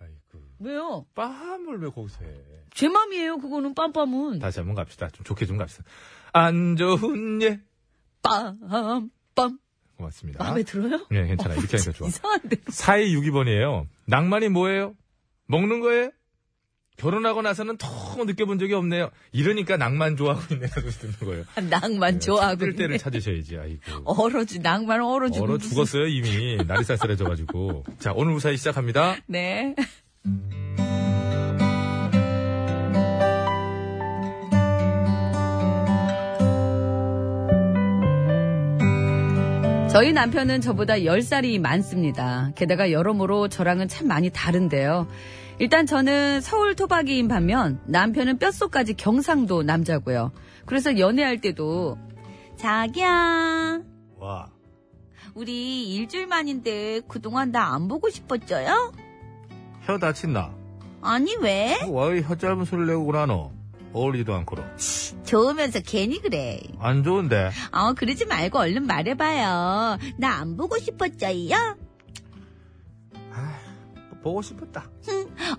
S1: 아이고
S12: 왜요?
S1: 빰을 왜 거기서 해?
S12: 제 맘이에요, 그거는 빰빰은.
S1: 다시 한번 갑시다. 좀 좋게 좀 갑시다. 안 좋은 예.
S12: 빰, 빰.
S1: 고맙습니다.
S12: 마음에 아, 들어요?
S1: 네, 괜찮아. 이렇게 하니까 좋아.
S12: 이상한데.
S1: 4262번이에요. 낭만이 뭐예요? 먹는 거예요? 결혼하고 나서는 더 느껴본 적이 없네요. 이러니까 낭만 좋아하고 있네. 하고 듣는 (laughs) 거예요.
S12: 낭만 좋아하고
S1: 뜰 때를
S12: 있네.
S1: 찾으셔야지. 아이고.
S12: 얼어주, 낭만 얼어주고.
S1: 얼어
S12: 무슨-
S1: 죽었어요 이미 날이 쌀쌀해져가지고 자 오늘 우사히 시작합니다
S12: 네. 저희 남편은 저보다 10살이 많습니다. 게다가 여러모로 저랑은 참 많이 다른데요. 일단 저는 서울 토박이인 반면 남편은 뼛속까지 경상도 남자고요. 그래서 연애할 때도 자기야
S1: 와
S12: 우리 일주일만인데 그동안 나 안 보고 싶었죠요?
S1: 혀 다친 나
S12: 아니 왜?
S1: 와이 혀 짧은 소리를 내고 그러노 어울리지도 않고로
S12: 좋으면서 괜히 그래.
S1: 안
S12: (gasps)
S1: 좋은데
S12: 어 그러지 말고 얼른 말해봐요. 나 안 보고 싶었죠요?
S1: 보고 싶었다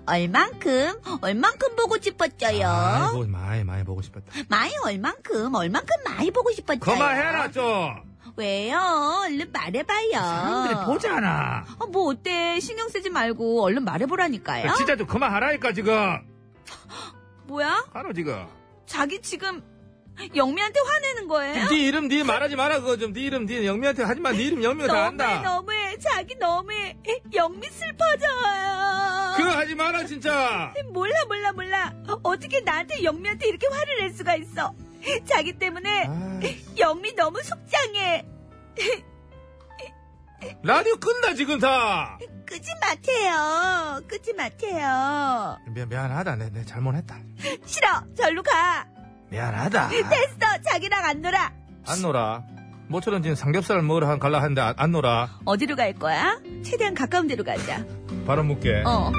S12: 얼만큼? 얼만큼 보고 싶었죠요?
S1: 아, 아이고 많이 많이 뭐, 보고 싶었다
S3: 네.
S12: 많이 얼만큼? 얼만큼 많이 보고 싶었죠요?
S1: 그만해라 좀
S3: 왜요? 얼른 말해봐요.
S21: 사람들이 보잖아.
S3: 어, 뭐 어때? 신경 쓰지 말고 얼른 말해보라니까요.
S21: 야, 진짜 좀 그만하라니까 지금.
S3: 뭐야?
S21: 하루 지금.
S3: 자기 지금 영미한테 화내는 거예요?
S21: 네 이름 네 말하지 마라 그거 좀. 네 이름 네 영미한테 하지 마. 네 이름 영미가
S3: 너무해
S21: 다 안다.
S3: 너무해 자기 너무해 영미 슬퍼져요.
S21: 그거 하지 마라 진짜.
S3: 몰라 몰라 몰라 어떻게 나한테 영미한테 이렇게 화를 낼 수가 있어? 자기 때문에
S21: 아.
S3: 영미 너무 속상해.
S21: 라디오 끝나 지금 다.
S3: 끄지 마세요. 끄지 마세요.
S21: 미안 미안하다. 내, 내 잘못했다.
S3: 싫어. 절로 가.
S21: 미안하다.
S9: 네,
S3: 됐어. 자기랑 안 놀아.
S21: 안 놀아. 모처럼 지금 삼겹살을 먹으러 한- 갈라 하는데 안, 안 놀아.
S3: 어디로 갈 거야? 최대한 가까운 데로 가자.
S21: 바로 묻게.
S3: 어.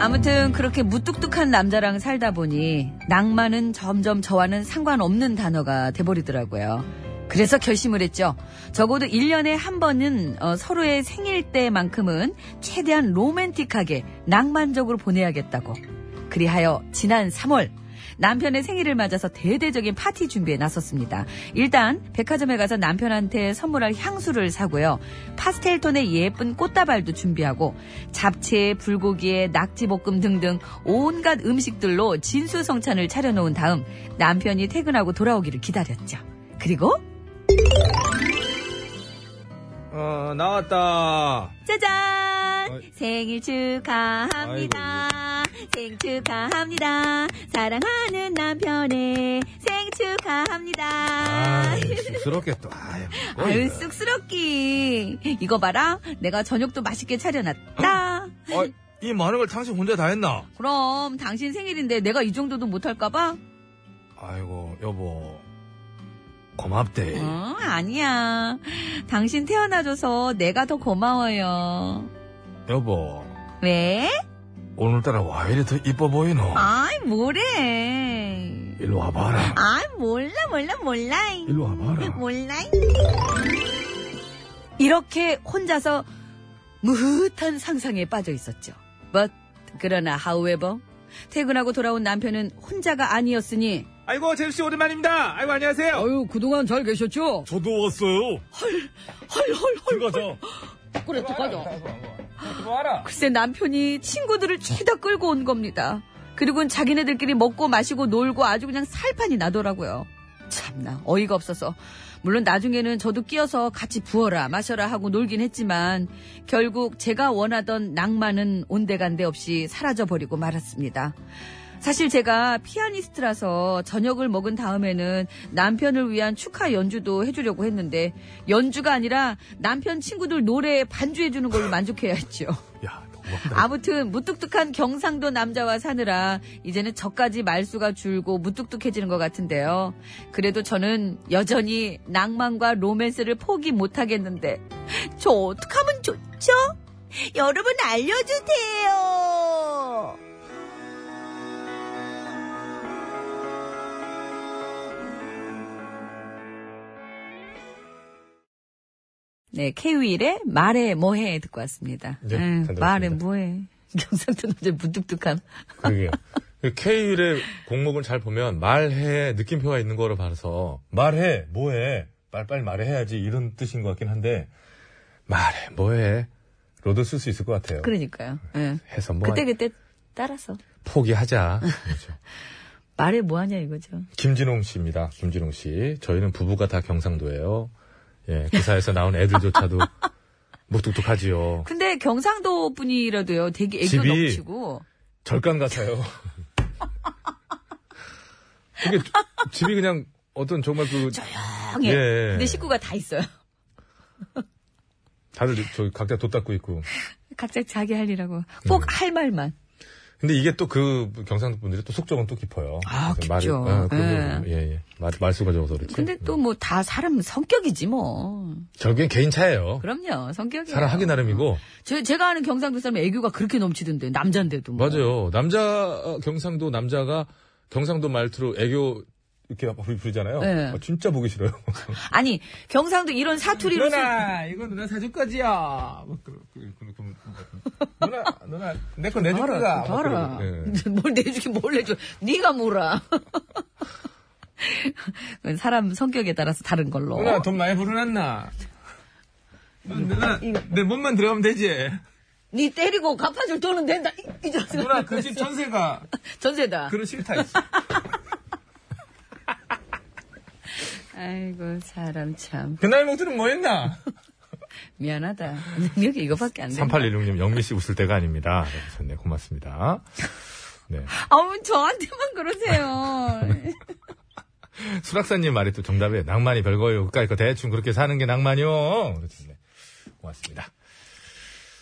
S12: 아무튼 그렇게 무뚝뚝한 남자랑 살다 보니 낭만은 점점 저와는 상관없는 단어가 돼버리더라고요. 그래서 결심을 했죠. 적어도 1년에 한 번은 어, 서로의 생일 때만큼은 최대한 로맨틱하게 낭만적으로 보내야겠다고. 그리하여 지난 3월 남편의 생일을 맞아서 대대적인 파티 준비에 나섰습니다. 일단 백화점에 가서 남편한테 선물할 향수를 사고요. 파스텔톤의 예쁜 꽃다발도 준비하고 잡채, 불고기에 낙지볶음 등등 온갖 음식들로 진수성찬을 차려놓은 다음 남편이 퇴근하고 돌아오기를 기다렸죠. 그리고
S21: 어 나왔다.
S3: 짜잔!
S21: 어이. 예.
S3: 생일 축하합니다. 생일 축하합니다. 사랑하는 남편의 생일 축하합니다.
S21: 아, 쑥스럽겠다. 아유, 뭐
S12: 아유
S21: 이거.
S12: 쑥스럽기 이거 봐라 내가 저녁도 맛있게 차려놨다.
S21: 어, 이 많은 걸 당신 혼자 다 했나?
S12: 그럼 당신 생일인데 내가 이 정도도 못할까봐?
S21: 아이고, 여보. 고맙대.
S12: 어, 아니야. 당신 태어나줘서 내가 더 고마워요.
S21: 여보,
S12: 왜?
S21: 오늘따라 왜 이리 더 이뻐 보이노?
S12: 아이, 뭐래.
S21: 일로 와봐라.
S3: 아, 몰라, 몰라, 몰라.
S21: 일로 와봐라.
S3: 그 몰라.
S12: 이렇게 혼자서 무흐한 상상에 빠져 있었죠. But, 그러나, however, 퇴근하고 돌아온 남편은 혼자가 아니었으니,
S21: 아이고, 제주씨 오랜만입니다. 아이고, 안녕하세요.
S12: 아유, 그동안 잘 계셨죠?
S1: 저도 왔어요.
S12: 헐, 헐, 헐.
S1: 들어가자.
S12: 그래, 어떡하죠?
S21: 와라.
S12: 글쎄 남편이 친구들을 죄다 끌고 온 겁니다. 그리고는 자기네들끼리 먹고 마시고 놀고 아주 그냥 살판이 나더라고요. 참나 어이가 없어서 물론 나중에는 저도 끼어서 같이 부어라 마셔라 하고 놀긴 했지만 결국 제가 원하던 낭만은 온데간데 없이 사라져 버리고 말았습니다. 사실 제가 피아니스트라서 저녁을 먹은 다음에는 남편을 위한 축하 연주도 해주려고 했는데 연주가 아니라 남편 친구들 노래 반주해주는 걸로 만족해야 했죠.
S1: 야, 너무한다.
S12: (laughs) 아무튼 무뚝뚝한 경상도 남자와 사느라 이제는 저까지 말수가 줄고 무뚝뚝해지는 것 같은데요. 그래도 저는 여전히 낭만과 로맨스를 포기 못하겠는데 저 어떡하면 좋죠?
S3: 여러분 알려주세요.
S12: 네, 케이윌의 말해 뭐해 듣고 왔습니다.
S1: 네, 잘
S12: 에휴,
S1: 들었습니다. 어.
S12: 말해 뭐해. 경상도 남자 무뚝뚝함.
S1: 그러게요. K윌의 공목을 잘 보면 말해 느낌표가 있는 거로 봐서 말해 뭐해 빨빨 말해야지 이런 뜻인 것 같긴 한데 말해 뭐해 로도 쓸 수 있을 것 같아요.
S12: 그러니까요. 예.
S1: 해서 뭐
S12: 그때 그때 따라서
S1: 포기하자. 그렇죠.
S12: 말해 뭐하냐 이거죠.
S1: 김진홍 씨입니다. 김진홍 씨. 저희는 부부가 다 경상도예요. 예, 기사에서 나온
S12: (laughs)
S1: 애들조차도 무뚝뚝하지요.
S12: 근데 경상도 분이라도요 되게 애교
S1: 집이-
S12: 넘치고
S1: 절간 같아요. (laughs) 그게 주- 집이 그냥 어떤 정말 그
S12: 조용해.
S1: 예.
S12: 근데 식구가 다 있어요.
S1: 다들 저 각자 돗 닦고 있고.
S12: 각자 자기 할 일하고
S1: 네.
S12: 꼭 할 말만.
S1: 근데 이게 또 그 경상도 분들이 또 속적은 또 깊어요.
S12: 아,
S1: 그래서 말이-
S12: 깊죠.
S1: 아, 그럼요. 예, 예. 말, 말수가 적어서 그렇지.
S12: 근데 또 뭐 다 사람 성격이지 뭐.
S1: 결국엔 개인 차예요.
S12: 그럼요 성격이에요.
S1: 사람 하기 나름이고.
S12: 제, 제가 아는 경상도 사람 애교가 그렇게 넘치던데 남잔데도 뭐.
S3: 어,
S1: 맞아요. 남자, 경상도 남자가 경상도 말투로 애교 이렇게 막 부르- 부르잖아요.
S12: 네.
S1: 아, 진짜 보기
S12: (laughs)
S1: 싫어요.
S12: 아니 경상도 이런 사투리로
S3: 누나 이거 누나 사줄 거지요.
S1: 막 그- 그- 그- 그- 누나 누나 내 거 내줄
S12: 아, 봐라,
S1: 거야. 막
S3: 아,
S12: 봐라.
S1: 그러고, 예.
S3: 네.
S12: (laughs) 뭘 내주긴 뭘 내줘. 네가 몰아. 그건 (laughs) 사람 성격에 따라서 다른 걸로.
S3: 누나 돈 많이 불어났나? 누나 내 몸만 들어가면 되지.
S12: 네 때리고 갚아줄 돈은 된다. 이, 이 자식.
S3: 누나 그
S12: (laughs)
S3: 집 전세가
S12: 전세다.
S3: 그런 싫다. 이씨.
S12: 아이고 사람 참
S3: 그날 목들은 뭐했나?
S12: 미안하다. 여기 이거밖에 안 돼.
S1: 3816님 영미 씨 웃을 때가 아닙니다. 좋네 고맙습니다. 네.
S12: 아우 저한테만
S1: (laughs)
S12: 그러세요.
S1: 수락사님 말이 또 정답이에요. 낭만이 별거예요. 그까이 거 대충 그렇게 사는 게 낭만이요. 그렇습니다. 고맙습니다.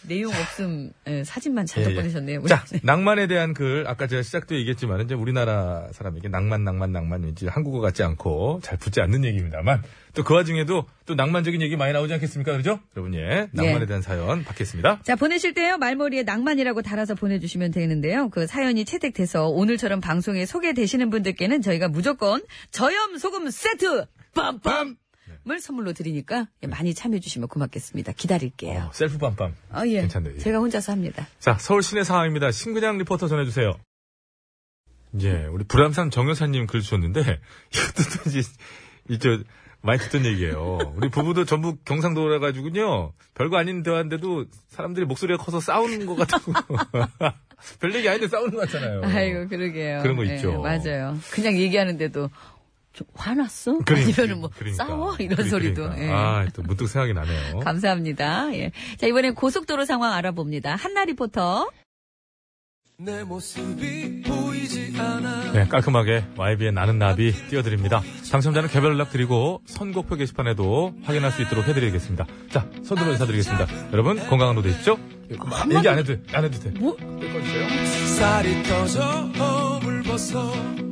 S12: 내용 없음 예, 사진만
S1: 예,
S12: 잔뜩
S1: 예.
S12: 보내셨네요.
S1: 자, 낭만에 대한 글, 아까 제가 시작도 얘기했지만, 이제 우리나라 사람에게 낭만, 낭만, 낭만인지 한국어 같지 않고 잘 붙지 않는 얘기입니다만, 또 그 와중에도 또 낭만적인 얘기 많이 나오지 않겠습니까? 그죠? 여러분, 예. 낭만에
S12: 예.
S1: 대한 사연 받겠습니다.
S12: 자, 보내실 때요, 말머리에 낭만이라고 달아서 보내주시면 되는데요. 그 사연이 채택돼서 오늘처럼 방송에 소개되시는 분들께는 저희가 무조건 저염 소금 세트! 빰빰! 을 선물로 드리니까
S1: 네.
S12: 예, 많이 참여해주시면 고맙겠습니다. 기다릴게요.
S1: 어, 셀프 빰빰.
S12: 아, 예.
S1: 괜찮네요. 예.
S12: 제가 혼자서 합니다.
S1: 자, 서울 시내 상황입니다. 신근양 리포터 전해주세요. 예, 우리 불암산 정여사님 글 주셨는데, (laughs) 이것도 또 이제, 이제, 많이 듣던 얘기예요. 우리 부부도 전부 경상도라 가지고요. 별거 아닌 대화인데도 사람들이 목소리가 커서 싸우는 것 같다고. (laughs) 별 얘기 아닌데 싸우는 것 같잖아요.
S12: 아이고, 그러게요.
S1: 어. 그런 거
S12: 예,
S1: 있죠.
S12: 맞아요. 그냥 얘기하는데도, 좀 화났어?
S1: 그러니까,
S12: 아니면 뭐,
S1: 그러니까.
S12: 싸워? 이런
S1: 그러니까.
S12: 소리도. 예.
S1: 아, 또 문득 생각이 나네요.
S12: 감사합니다. 예. 자, 이번엔 고속도로 상황 알아봅니다. 한나 리포터.
S22: 내 모습이 보이지 않아
S1: 네, 깔끔하게 YB의 나는 나비 띄워드립니다. 당첨자는 개별 연락 드리고 선곡표 게시판에도 확인할 수 있도록 해드리겠습니다. 자, 서두로 인사드리겠습니다. 여러분 건강한 하루 되십시오. 얘기 안 해도 돼, 안 해도 돼.
S22: 쌀이 떠져 허물 벗어